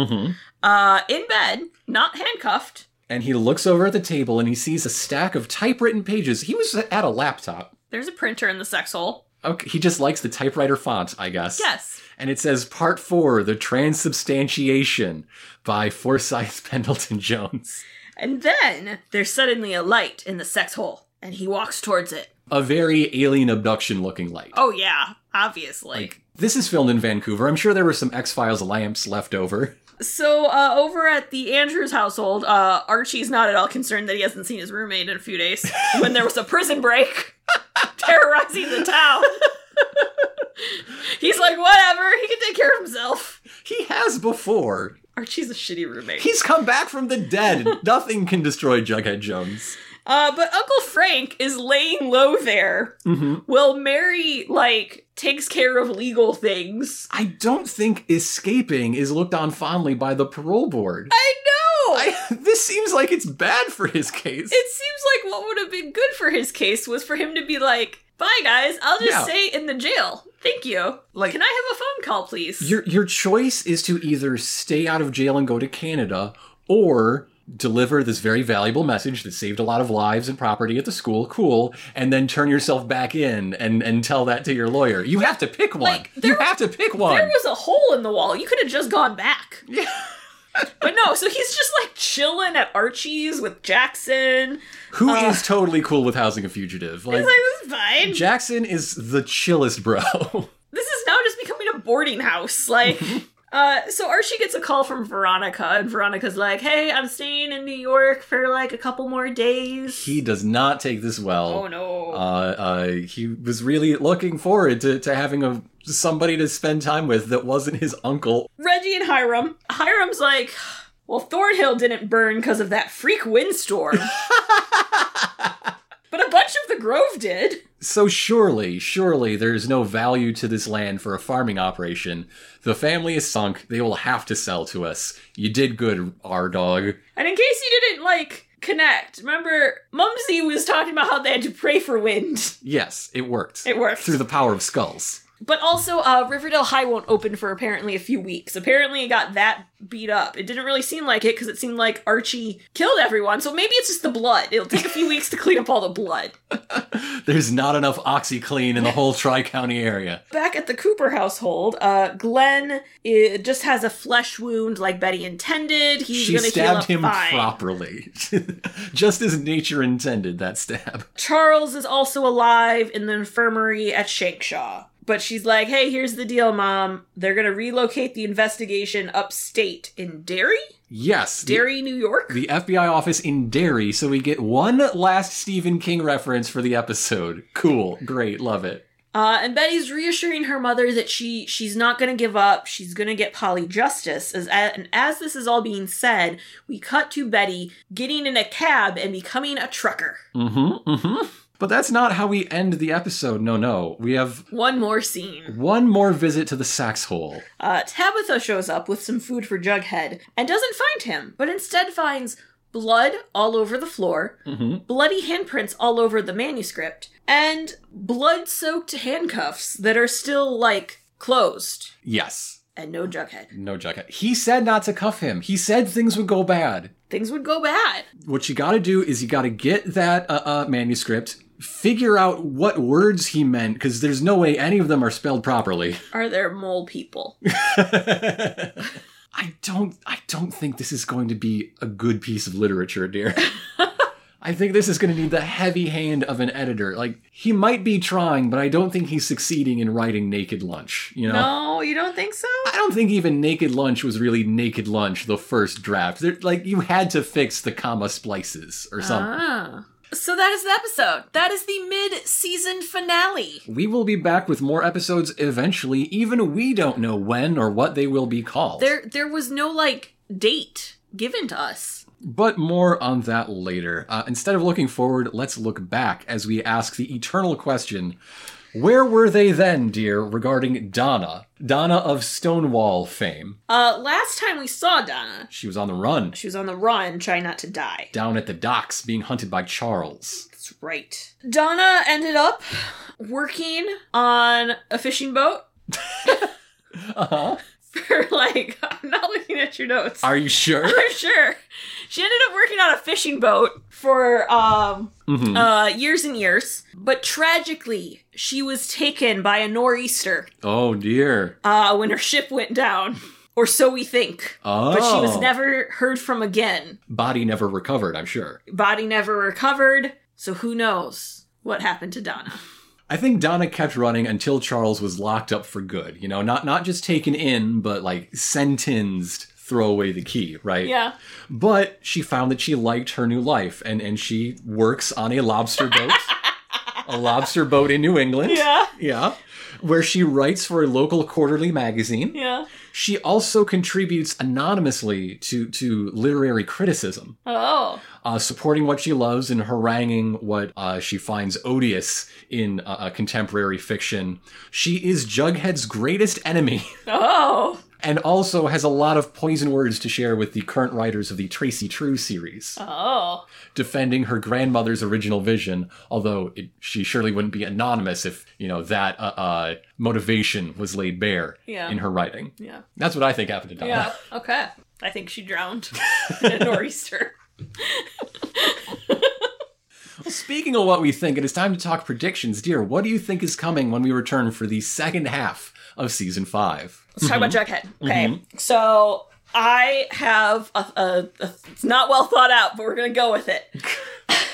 [SPEAKER 2] uh, in bed, not handcuffed.
[SPEAKER 3] Mm-hmm. And he looks over at the table and he sees a stack of typewritten pages. He was at a laptop.
[SPEAKER 2] There's a printer in the sex hole.
[SPEAKER 3] Okay, he just likes the typewriter font, I guess.
[SPEAKER 2] Yes.
[SPEAKER 3] And it says Part 4 The Transubstantiation by Forsyth Pendleton Jones.
[SPEAKER 2] And then there's suddenly a light in the sex hole, and he walks towards it.
[SPEAKER 3] A very alien abduction looking light.
[SPEAKER 2] Oh, yeah, obviously.
[SPEAKER 3] Like, this is filmed in Vancouver. I'm sure there were some X Files lamps left over.
[SPEAKER 2] So, uh, over at the Andrews household, uh, Archie's not at all concerned that he hasn't seen his roommate in a few days when there was a prison break terrorizing the town. He's like, whatever, he can take care of himself.
[SPEAKER 3] He has before.
[SPEAKER 2] Archie's a shitty roommate.
[SPEAKER 3] He's come back from the dead. Nothing can destroy Jughead Jones.
[SPEAKER 2] Uh, but Uncle Frank is laying low there
[SPEAKER 3] Mm-hmm.
[SPEAKER 2] while Mary, like, takes care of legal things.
[SPEAKER 3] I don't think escaping is looked on fondly by the parole board.
[SPEAKER 2] I know!
[SPEAKER 3] I, this seems like it's bad for his case.
[SPEAKER 2] it seems like what would have been good for his case was for him to be like, "Bye guys, I'll just
[SPEAKER 3] Yeah.
[SPEAKER 2] stay in the jail. Thank you.
[SPEAKER 3] Like-
[SPEAKER 2] Can I have a phone call, please?"
[SPEAKER 3] Your your choice is to either stay out of jail and go to Canada or deliver this very valuable message that saved a lot of lives and property at the school, cool, and then turn yourself back in and and tell that to your lawyer. You have to pick one.
[SPEAKER 2] Like, there-
[SPEAKER 3] you have to pick one.
[SPEAKER 2] there was a hole in the wall. You could have just gone back.
[SPEAKER 3] Yeah.
[SPEAKER 2] But no, so he's just like chilling at Archie's with Jackson.
[SPEAKER 3] Who
[SPEAKER 2] uh,
[SPEAKER 3] is totally cool with housing a fugitive?
[SPEAKER 2] He's
[SPEAKER 3] Like
[SPEAKER 2] like, this is fine.
[SPEAKER 3] Jackson is the chillest bro.
[SPEAKER 2] this is now just becoming a boarding house. Like, uh, so Archie gets a call from Veronica, and Veronica's like, hey, I'm staying in New York for like a couple more days.
[SPEAKER 3] he does not take this well.
[SPEAKER 2] oh no.
[SPEAKER 3] uh, uh, he was really looking forward to, to having a somebody to spend time with that wasn't his uncle.
[SPEAKER 2] Reggie and Hiram. Hiram's like, well, Thornhill didn't burn because of that freak windstorm. but a bunch of the Grove did.
[SPEAKER 3] So surely, surely there is no value to this land for a farming operation. The family is sunk. They will have to sell to us. You did good, our dog.
[SPEAKER 2] And in case you didn't, like, connect, remember, Mumsy was talking about how they had to pray for wind.
[SPEAKER 3] Yes, it worked.
[SPEAKER 2] It worked.
[SPEAKER 3] Through the power of skulls.
[SPEAKER 2] But also, uh, Riverdale High won't open for apparently a few weeks. Apparently, it got that beat up. It didn't really seem like it because it seemed like Archie killed everyone, so maybe it's just the blood. It'll take a few weeks to clean up all the blood.
[SPEAKER 3] There's not enough OxyClean in the whole Tri County area.
[SPEAKER 2] Back at the Cooper household, uh, Glenn i just has a flesh wound like Betty intended. He's
[SPEAKER 3] she
[SPEAKER 2] gonna
[SPEAKER 3] stabbed
[SPEAKER 2] heal
[SPEAKER 3] him
[SPEAKER 2] up fine.
[SPEAKER 3] properly. Just as nature intended that stab.
[SPEAKER 2] Charles is also alive in the infirmary at Shankshaw. But she's like, hey, here's the deal, Mom. They're gonna relocate the investigation upstate in Derry?
[SPEAKER 3] Yes, the
[SPEAKER 2] Derry, New York?
[SPEAKER 3] the FBI office in Derry, so we get one last Stephen King reference for the episode. Cool, great, love it.
[SPEAKER 2] Uh, and Betty's reassuring her mother that she she's not going to give up. She's going to get Polly justice. As and as this is all being said, we cut to Betty getting in a cab and becoming a trucker.
[SPEAKER 3] Mm-hmm, mm-hmm. But that's not how we end the episode. No, no, we have
[SPEAKER 2] One more scene.
[SPEAKER 3] one more visit to the sax hole.
[SPEAKER 2] Uh, Tabitha shows up with some food for Jughead and doesn't find him, but instead finds blood all over the floor,
[SPEAKER 3] Mm-hmm.
[SPEAKER 2] bloody handprints all over the manuscript, and blood-soaked handcuffs that are still like closed
[SPEAKER 3] Yes,
[SPEAKER 2] and no Jughead.
[SPEAKER 3] no jacket. He said not to cuff him. He said things would go bad.
[SPEAKER 2] Things would go bad.
[SPEAKER 3] What you got to do is you got to get that uh, uh, manuscript. Figure out what words he meant, because there's no way any of them are spelled properly.
[SPEAKER 2] Are there mole people?
[SPEAKER 3] I don't I don't think this is going to be a good piece of literature, dear. I think this is going to need the heavy hand of an editor. Like he might be trying, but I don't think he's succeeding in writing Naked Lunch, you know.
[SPEAKER 2] No, you don't think so?
[SPEAKER 3] I don't think even Naked Lunch was really Naked Lunch the first draft. There, like you had to fix the comma splices or something.
[SPEAKER 2] Ah. So that is the episode. That is the mid-season finale.
[SPEAKER 3] We will be back with more episodes eventually. Even we don't know when or what they will be called.
[SPEAKER 2] There there was no like date given to us.
[SPEAKER 3] But more on that later. Uh, instead of looking forward, let's look back as we ask the eternal question Where were they then, dear, regarding Donna? Donna of Stonewall fame.
[SPEAKER 2] Uh, last time we saw Donna,
[SPEAKER 3] She was on the run,
[SPEAKER 2] she was on the run trying not to die.
[SPEAKER 3] down at the docks, being hunted by Charles.
[SPEAKER 2] That's right. Donna ended up working on a fishing boat
[SPEAKER 3] Uh huh.
[SPEAKER 2] for like, I'm not looking at your notes.
[SPEAKER 3] Are you sure?
[SPEAKER 2] I'm sure. She ended up working on a fishing boat for um
[SPEAKER 3] Mhm.
[SPEAKER 2] uh years and years, but tragically, she was taken by a nor'easter
[SPEAKER 3] Oh, dear.
[SPEAKER 2] uh when her ship went down, or so we think.
[SPEAKER 3] Oh.
[SPEAKER 2] But she was never heard from again.
[SPEAKER 3] Body never recovered, I'm sure.
[SPEAKER 2] Body never recovered, so who knows what happened to Donna.
[SPEAKER 3] I think Donna kept running until Charles was locked up for good. You know, not not just taken in, but like sentenced. Throw away the key, right?
[SPEAKER 2] Yeah.
[SPEAKER 3] But she found that she liked her new life, and and she works on a lobster boat, a lobster boat in New England.
[SPEAKER 2] Yeah.
[SPEAKER 3] Yeah. Where she writes for a local quarterly magazine.
[SPEAKER 2] Yeah.
[SPEAKER 3] She also contributes anonymously to, to literary criticism,
[SPEAKER 2] Oh.
[SPEAKER 3] uh, supporting what she loves and haranguing what uh, she finds odious in uh, uh, contemporary fiction. She is Jughead's greatest enemy
[SPEAKER 2] Oh.
[SPEAKER 3] and also has a lot of poison words to share with the current writers of the Tracy True series,
[SPEAKER 2] Oh.
[SPEAKER 3] defending her grandmother's original vision, although it, she surely wouldn't be anonymous if, you know, that uh, uh, motivation was laid bare
[SPEAKER 2] Yeah.
[SPEAKER 3] in her writing.
[SPEAKER 2] Yeah.
[SPEAKER 3] That's what I think happened to Donna.
[SPEAKER 2] Yeah. Okay. I think she drowned in a nor'easter.
[SPEAKER 3] Speaking of what we think, it is time to talk predictions. Dear, what do you think is coming when we return for the second half of season five?
[SPEAKER 2] Let's talk about Jughead. Okay. So I have a, a, a. It's not well thought out, but we're going to go with it.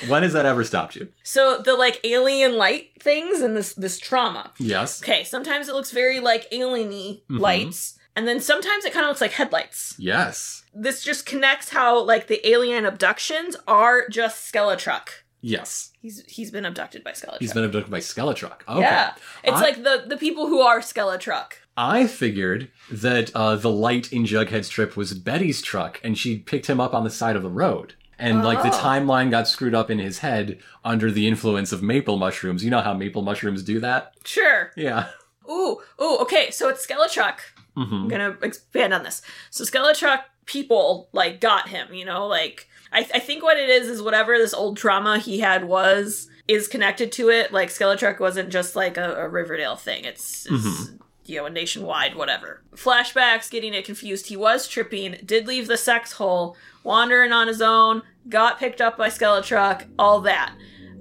[SPEAKER 3] When has that ever stopped you?
[SPEAKER 2] So the like alien light things and this this trauma.
[SPEAKER 3] Yes.
[SPEAKER 2] Okay. Sometimes it looks very like alien y lights. And then sometimes it kind of looks like headlights.
[SPEAKER 3] Yes.
[SPEAKER 2] This just connects how like the alien abductions are just Skeletruck.
[SPEAKER 3] Yes.
[SPEAKER 2] He's he's been abducted by Skeletruck.
[SPEAKER 3] He's been abducted by Skeletruck. Okay.
[SPEAKER 2] Yeah, it's
[SPEAKER 3] I-
[SPEAKER 2] like the the people who are Skeletruck.
[SPEAKER 3] I figured that uh, the light in Jughead's trip was Betty's truck, and she picked him up on the side of the road. And like the
[SPEAKER 2] Oh.
[SPEAKER 3] timeline got screwed up in his head under the influence of maple mushrooms. You know how maple mushrooms do that?
[SPEAKER 2] Sure.
[SPEAKER 3] Yeah.
[SPEAKER 2] Ooh, ooh. Okay, so it's Skeletruck.
[SPEAKER 3] hmm
[SPEAKER 2] I'm gonna expand on this. So Skeletruck people like got him, you know, like I, I think what it is is whatever this old trauma he had was is connected to it. Like Skeletruck wasn't just like a, a Riverdale thing. It's, it's you know a nationwide whatever. Flashbacks, getting it confused. He was tripping, did leave the sex hole, wandering on his own, got picked up by Skeletruck, all that.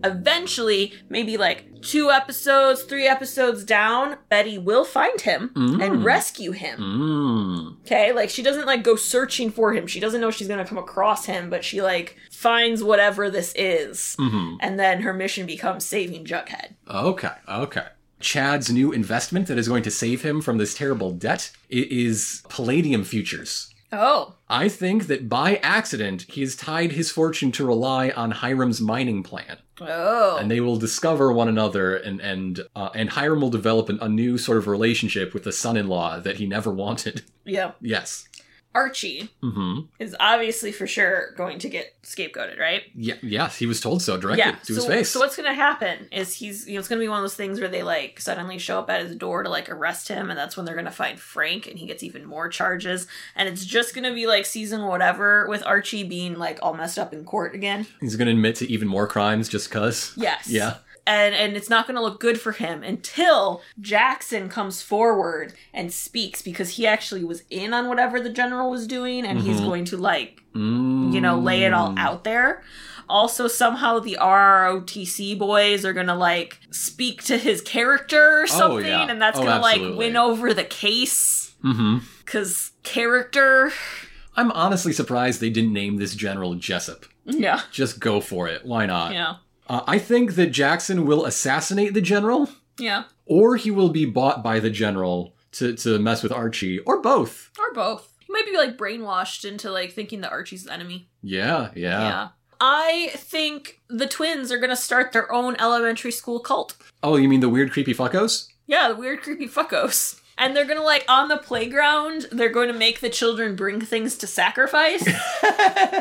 [SPEAKER 2] Eventually, maybe like two episodes, three episodes down, Betty will find him and rescue him.
[SPEAKER 3] Mm.
[SPEAKER 2] Okay, like she doesn't like go searching for him. She doesn't know she's gonna come across him, but she like finds whatever this is,
[SPEAKER 3] hmm
[SPEAKER 2] and then her mission becomes saving Jughead.
[SPEAKER 3] Okay, okay. Chad's new investment that is going to save him from this terrible debt i- is palladium futures.
[SPEAKER 2] Oh,
[SPEAKER 3] I think that by accident, he has tied his fortune to rely on Hiram's mining plan,
[SPEAKER 2] oh,
[SPEAKER 3] and they will discover one another, and and uh, and Hiram will develop an, a new sort of relationship with the son-in-law that he never wanted.
[SPEAKER 2] yeah.
[SPEAKER 3] Yes.
[SPEAKER 2] Archie
[SPEAKER 3] Mm-hmm.
[SPEAKER 2] is obviously for sure going to get scapegoated, right?
[SPEAKER 3] Yeah. Yes. He was told so directly
[SPEAKER 2] Yeah.
[SPEAKER 3] to
[SPEAKER 2] So,
[SPEAKER 3] his face.
[SPEAKER 2] so what's gonna happen is he's you know it's gonna be one of those things where they like suddenly show up at his door to like arrest him, and that's when they're gonna find Frank, and he gets even more charges, and it's just gonna be like season whatever with Archie being like all messed up in court again.
[SPEAKER 3] He's going to admit to even more crimes just cause.
[SPEAKER 2] Yes.
[SPEAKER 3] Yeah.
[SPEAKER 2] and and it's not going to look good for him until Jackson comes forward and speaks because he actually was in on whatever the general was doing and he's
[SPEAKER 3] Mhm.
[SPEAKER 2] going to like
[SPEAKER 3] Mm.
[SPEAKER 2] you know lay it all out there. Also somehow the ROTC boys are going to like speak to his character or something
[SPEAKER 3] Oh, yeah.
[SPEAKER 2] and that's
[SPEAKER 3] Oh,
[SPEAKER 2] going to like
[SPEAKER 3] absolutely.
[SPEAKER 2] win over the case
[SPEAKER 3] Mm-hmm.
[SPEAKER 2] cuz character
[SPEAKER 3] I'm honestly surprised they didn't name this General Jessup.
[SPEAKER 2] yeah.
[SPEAKER 3] Just go for it. Why not?
[SPEAKER 2] Yeah.
[SPEAKER 3] Uh, I think that Jackson will assassinate the general,
[SPEAKER 2] Yeah.
[SPEAKER 3] or he will be bought by the general to, to mess with Archie, or both.
[SPEAKER 2] Or both. He might be like brainwashed into like thinking that Archie's the enemy.
[SPEAKER 3] Yeah, yeah.
[SPEAKER 2] Yeah. I think the twins are going to start their own elementary school cult.
[SPEAKER 3] Oh, you mean the weird, creepy fuckos?
[SPEAKER 2] Yeah, the weird, creepy fuckos. and they're gonna like on the playground they're going to make the children bring things to sacrifice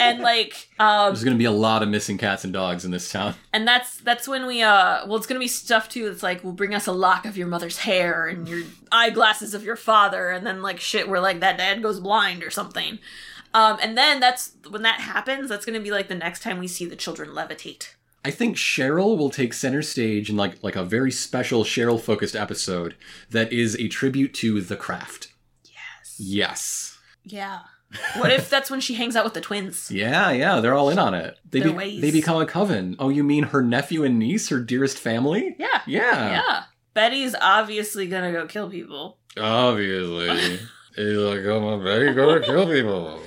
[SPEAKER 2] and like um
[SPEAKER 3] There's going to be a lot of missing cats and dogs in this town.
[SPEAKER 2] and that's that's when we uh well it's gonna be stuff too that's like we'll bring us a lock of your mother's hair and your eyeglasses of your father and then like shit where like that dad goes blind or something um and then that's when that happens that's gonna be like the next time we see the children levitate
[SPEAKER 3] I think Cheryl will take center stage in like like a very special Cheryl focused episode that is a tribute to the craft. Yes. Yes.
[SPEAKER 2] yeah what if that's when she hangs out with the twins
[SPEAKER 3] Yeah, yeah, they're all in on it. They
[SPEAKER 2] Their
[SPEAKER 3] be-
[SPEAKER 2] ways.
[SPEAKER 3] they become a coven. Oh, you mean her nephew and niece, her dearest family?
[SPEAKER 2] yeah
[SPEAKER 3] Yeah.
[SPEAKER 2] yeah betty's obviously gonna go kill people
[SPEAKER 3] Obviously. He's like, oh, my baby, gonna kill people.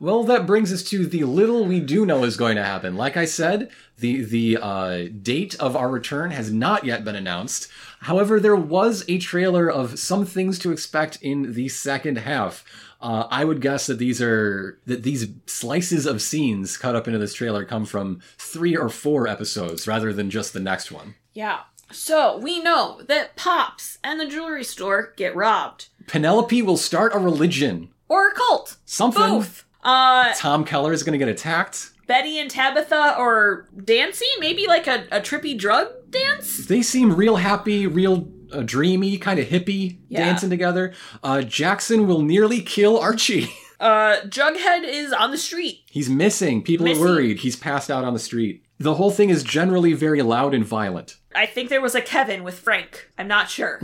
[SPEAKER 3] Well, that brings us to the little we do know is going to happen. Like I said, the the uh, date of our return has not yet been announced. However, there was a trailer of some things to expect in the second half. Uh, I would guess that these are that these slices of scenes cut up into this trailer come from three or four episodes rather than just the next one.
[SPEAKER 2] yeah so we know that pops and the jewelry store get robbed
[SPEAKER 3] Penelope will start a religion.
[SPEAKER 2] or a cult
[SPEAKER 3] Something.
[SPEAKER 2] both uh
[SPEAKER 3] Tom Keller is going to get attacked.
[SPEAKER 2] Betty and Tabitha are dancing, maybe like a, a trippy drug dance.
[SPEAKER 3] They seem real happy, real uh, dreamy, kind of hippie,
[SPEAKER 2] Yeah.
[SPEAKER 3] dancing together. Uh, Jackson will nearly kill Archie.
[SPEAKER 2] Uh, Jughead is on the street.
[SPEAKER 3] He's missing. People
[SPEAKER 2] Missing.
[SPEAKER 3] are worried. He's passed out on the street. The whole thing is generally very loud and violent.
[SPEAKER 2] I think there was a Kevin with Frank. I'm not sure.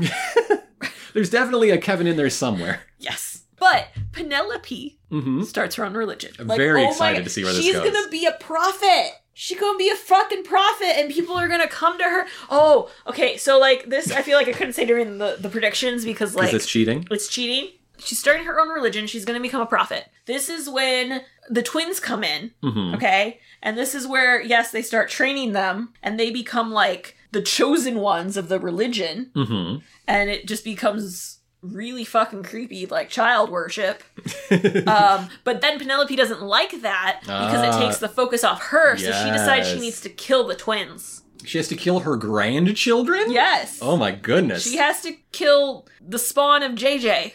[SPEAKER 3] There's definitely a Kevin in there somewhere.
[SPEAKER 2] yes, but Penelope starts her own religion. I'm
[SPEAKER 3] Mm-hmm. very excited to see where this
[SPEAKER 2] she's
[SPEAKER 3] goes.
[SPEAKER 2] She's gonna be a prophet. She gonna be a fucking prophet, and people are gonna come to her. Oh, okay. So like this, I feel like I couldn't say during the the predictions because like
[SPEAKER 3] Is this cheating?
[SPEAKER 2] It's cheating. She's starting her own religion. She's going to become a prophet. This is when the twins come in.
[SPEAKER 3] Mm-hmm.
[SPEAKER 2] Okay. And this is where, yes, they start training them and they become like the chosen ones of the religion.
[SPEAKER 3] Mm-hmm.
[SPEAKER 2] And it just becomes really fucking creepy, like child worship. um, but then Penelope doesn't like that because
[SPEAKER 3] Ah.
[SPEAKER 2] it takes the focus off her. So she decides she
[SPEAKER 3] Yes.
[SPEAKER 2] needs to kill the twins.
[SPEAKER 3] She has to kill her grandchildren?
[SPEAKER 2] Yes.
[SPEAKER 3] Oh my goodness.
[SPEAKER 2] She has to kill the spawn of JJ.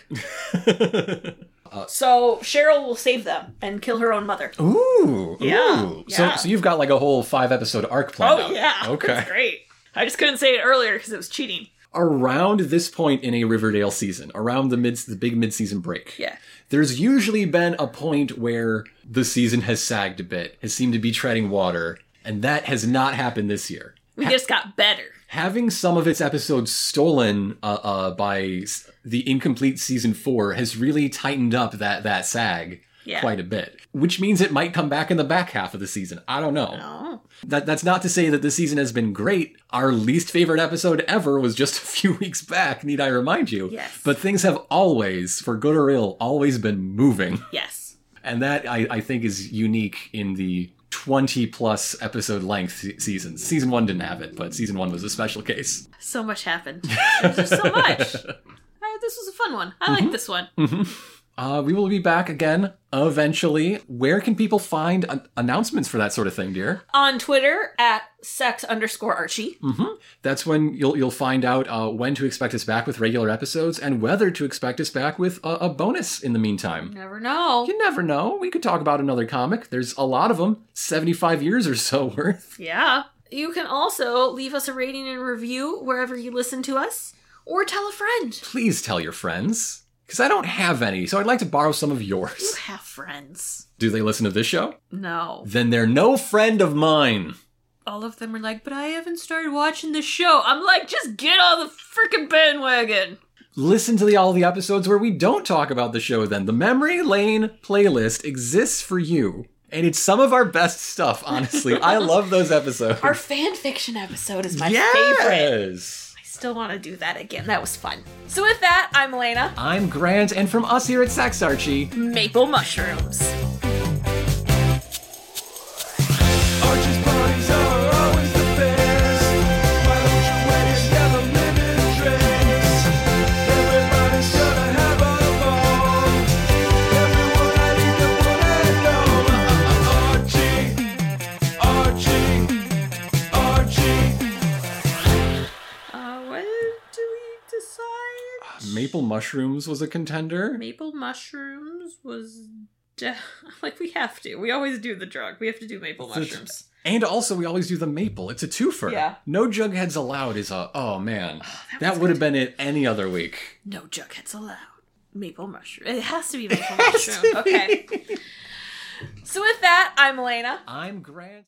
[SPEAKER 2] so Cheryl will save them and kill her own mother.
[SPEAKER 3] Oh, Ooh.
[SPEAKER 2] Yeah,
[SPEAKER 3] Ooh.
[SPEAKER 2] yeah.
[SPEAKER 3] So, so you've got like a whole five episode arc planned
[SPEAKER 2] Oh
[SPEAKER 3] out.
[SPEAKER 2] yeah.
[SPEAKER 3] Okay.
[SPEAKER 2] That's great. I just couldn't say it earlier because it was cheating.
[SPEAKER 3] around this point in a Riverdale season, around the mid the big midseason break,
[SPEAKER 2] Yeah.
[SPEAKER 3] there's usually been a point where the season has sagged a bit, has seemed to be treading water, and that has not happened this year.
[SPEAKER 2] We just got better.
[SPEAKER 3] Having some of its episodes stolen uh, uh, by s- the incomplete season four has really tightened up that that sag
[SPEAKER 2] Yeah.
[SPEAKER 3] quite a bit, which means it might come back in the back half of the season. I don't know.
[SPEAKER 2] Oh.
[SPEAKER 3] That that's not to say that the season has been great. Our least favorite episode ever was just a few weeks back, need I remind you.
[SPEAKER 2] Yes.
[SPEAKER 3] But things have always, for good or ill, always been moving.
[SPEAKER 2] Yes.
[SPEAKER 3] And that I, I think is unique in the 20 plus episode length se- seasons. Season one didn't have it, but season one was a special case.
[SPEAKER 2] So much happened. There's just so much. I, this was a fun one. I like this one.
[SPEAKER 3] Uh, we will be back again eventually. Where can people find an- announcements for that sort of thing, dear?
[SPEAKER 2] On Twitter at sex underscore Archie.
[SPEAKER 3] That's when you'll you'll find out uh, when to expect us back with regular episodes and whether to expect us back with a, a bonus in the meantime.
[SPEAKER 2] Never know.
[SPEAKER 3] You never know. We could talk about another comic. There's a lot of them, 75 years or so worth.
[SPEAKER 2] Yeah. You can also leave us a rating and review wherever you listen to us or tell a friend.
[SPEAKER 3] Please tell your friends, because I don't have any, so I'd like to borrow some of
[SPEAKER 2] You
[SPEAKER 3] yours.
[SPEAKER 2] have friends.
[SPEAKER 3] Do they listen to this show?
[SPEAKER 2] No.
[SPEAKER 3] Then they're no friend of mine.
[SPEAKER 2] All of them are like, but I haven't started watching the show. I'm like, just get on the freaking bandwagon.
[SPEAKER 3] Listen to the, all the episodes where we don't talk about the show then. The Memory Lane playlist exists for you. And it's some of our best stuff, honestly. I love those episodes.
[SPEAKER 2] Our fan fiction episode is my favorite.
[SPEAKER 3] yes.
[SPEAKER 2] I still want to do that again. That was fun. So, with that, I'm Elena.
[SPEAKER 3] I'm Grant, and from us here at Sex Archie,
[SPEAKER 2] Maple mushrooms.
[SPEAKER 1] Archie's parties are always the best. Why don't you wait and have a minute drinks? Everybody's gonna have a ball. Everyone I need to one and all. Archie, Archie, Archie.
[SPEAKER 2] Uh, when do we decide?
[SPEAKER 3] Maple mushrooms was a contender.
[SPEAKER 2] Maple mushrooms was. De- like, we have to. We always do the drug. We have to do maple
[SPEAKER 3] It's-
[SPEAKER 2] mushrooms.
[SPEAKER 3] And also, we always do the maple. It's a twofer.
[SPEAKER 2] Yeah.
[SPEAKER 3] No jugheads allowed is a, oh man.
[SPEAKER 2] that
[SPEAKER 3] that
[SPEAKER 2] was
[SPEAKER 3] would have been it any other week.
[SPEAKER 2] No jugheads allowed. Maple mushroom. It has to be maple
[SPEAKER 3] has
[SPEAKER 2] mushroom.
[SPEAKER 3] to
[SPEAKER 2] Okay. So, with that, I'm Elena.
[SPEAKER 3] I'm Grant.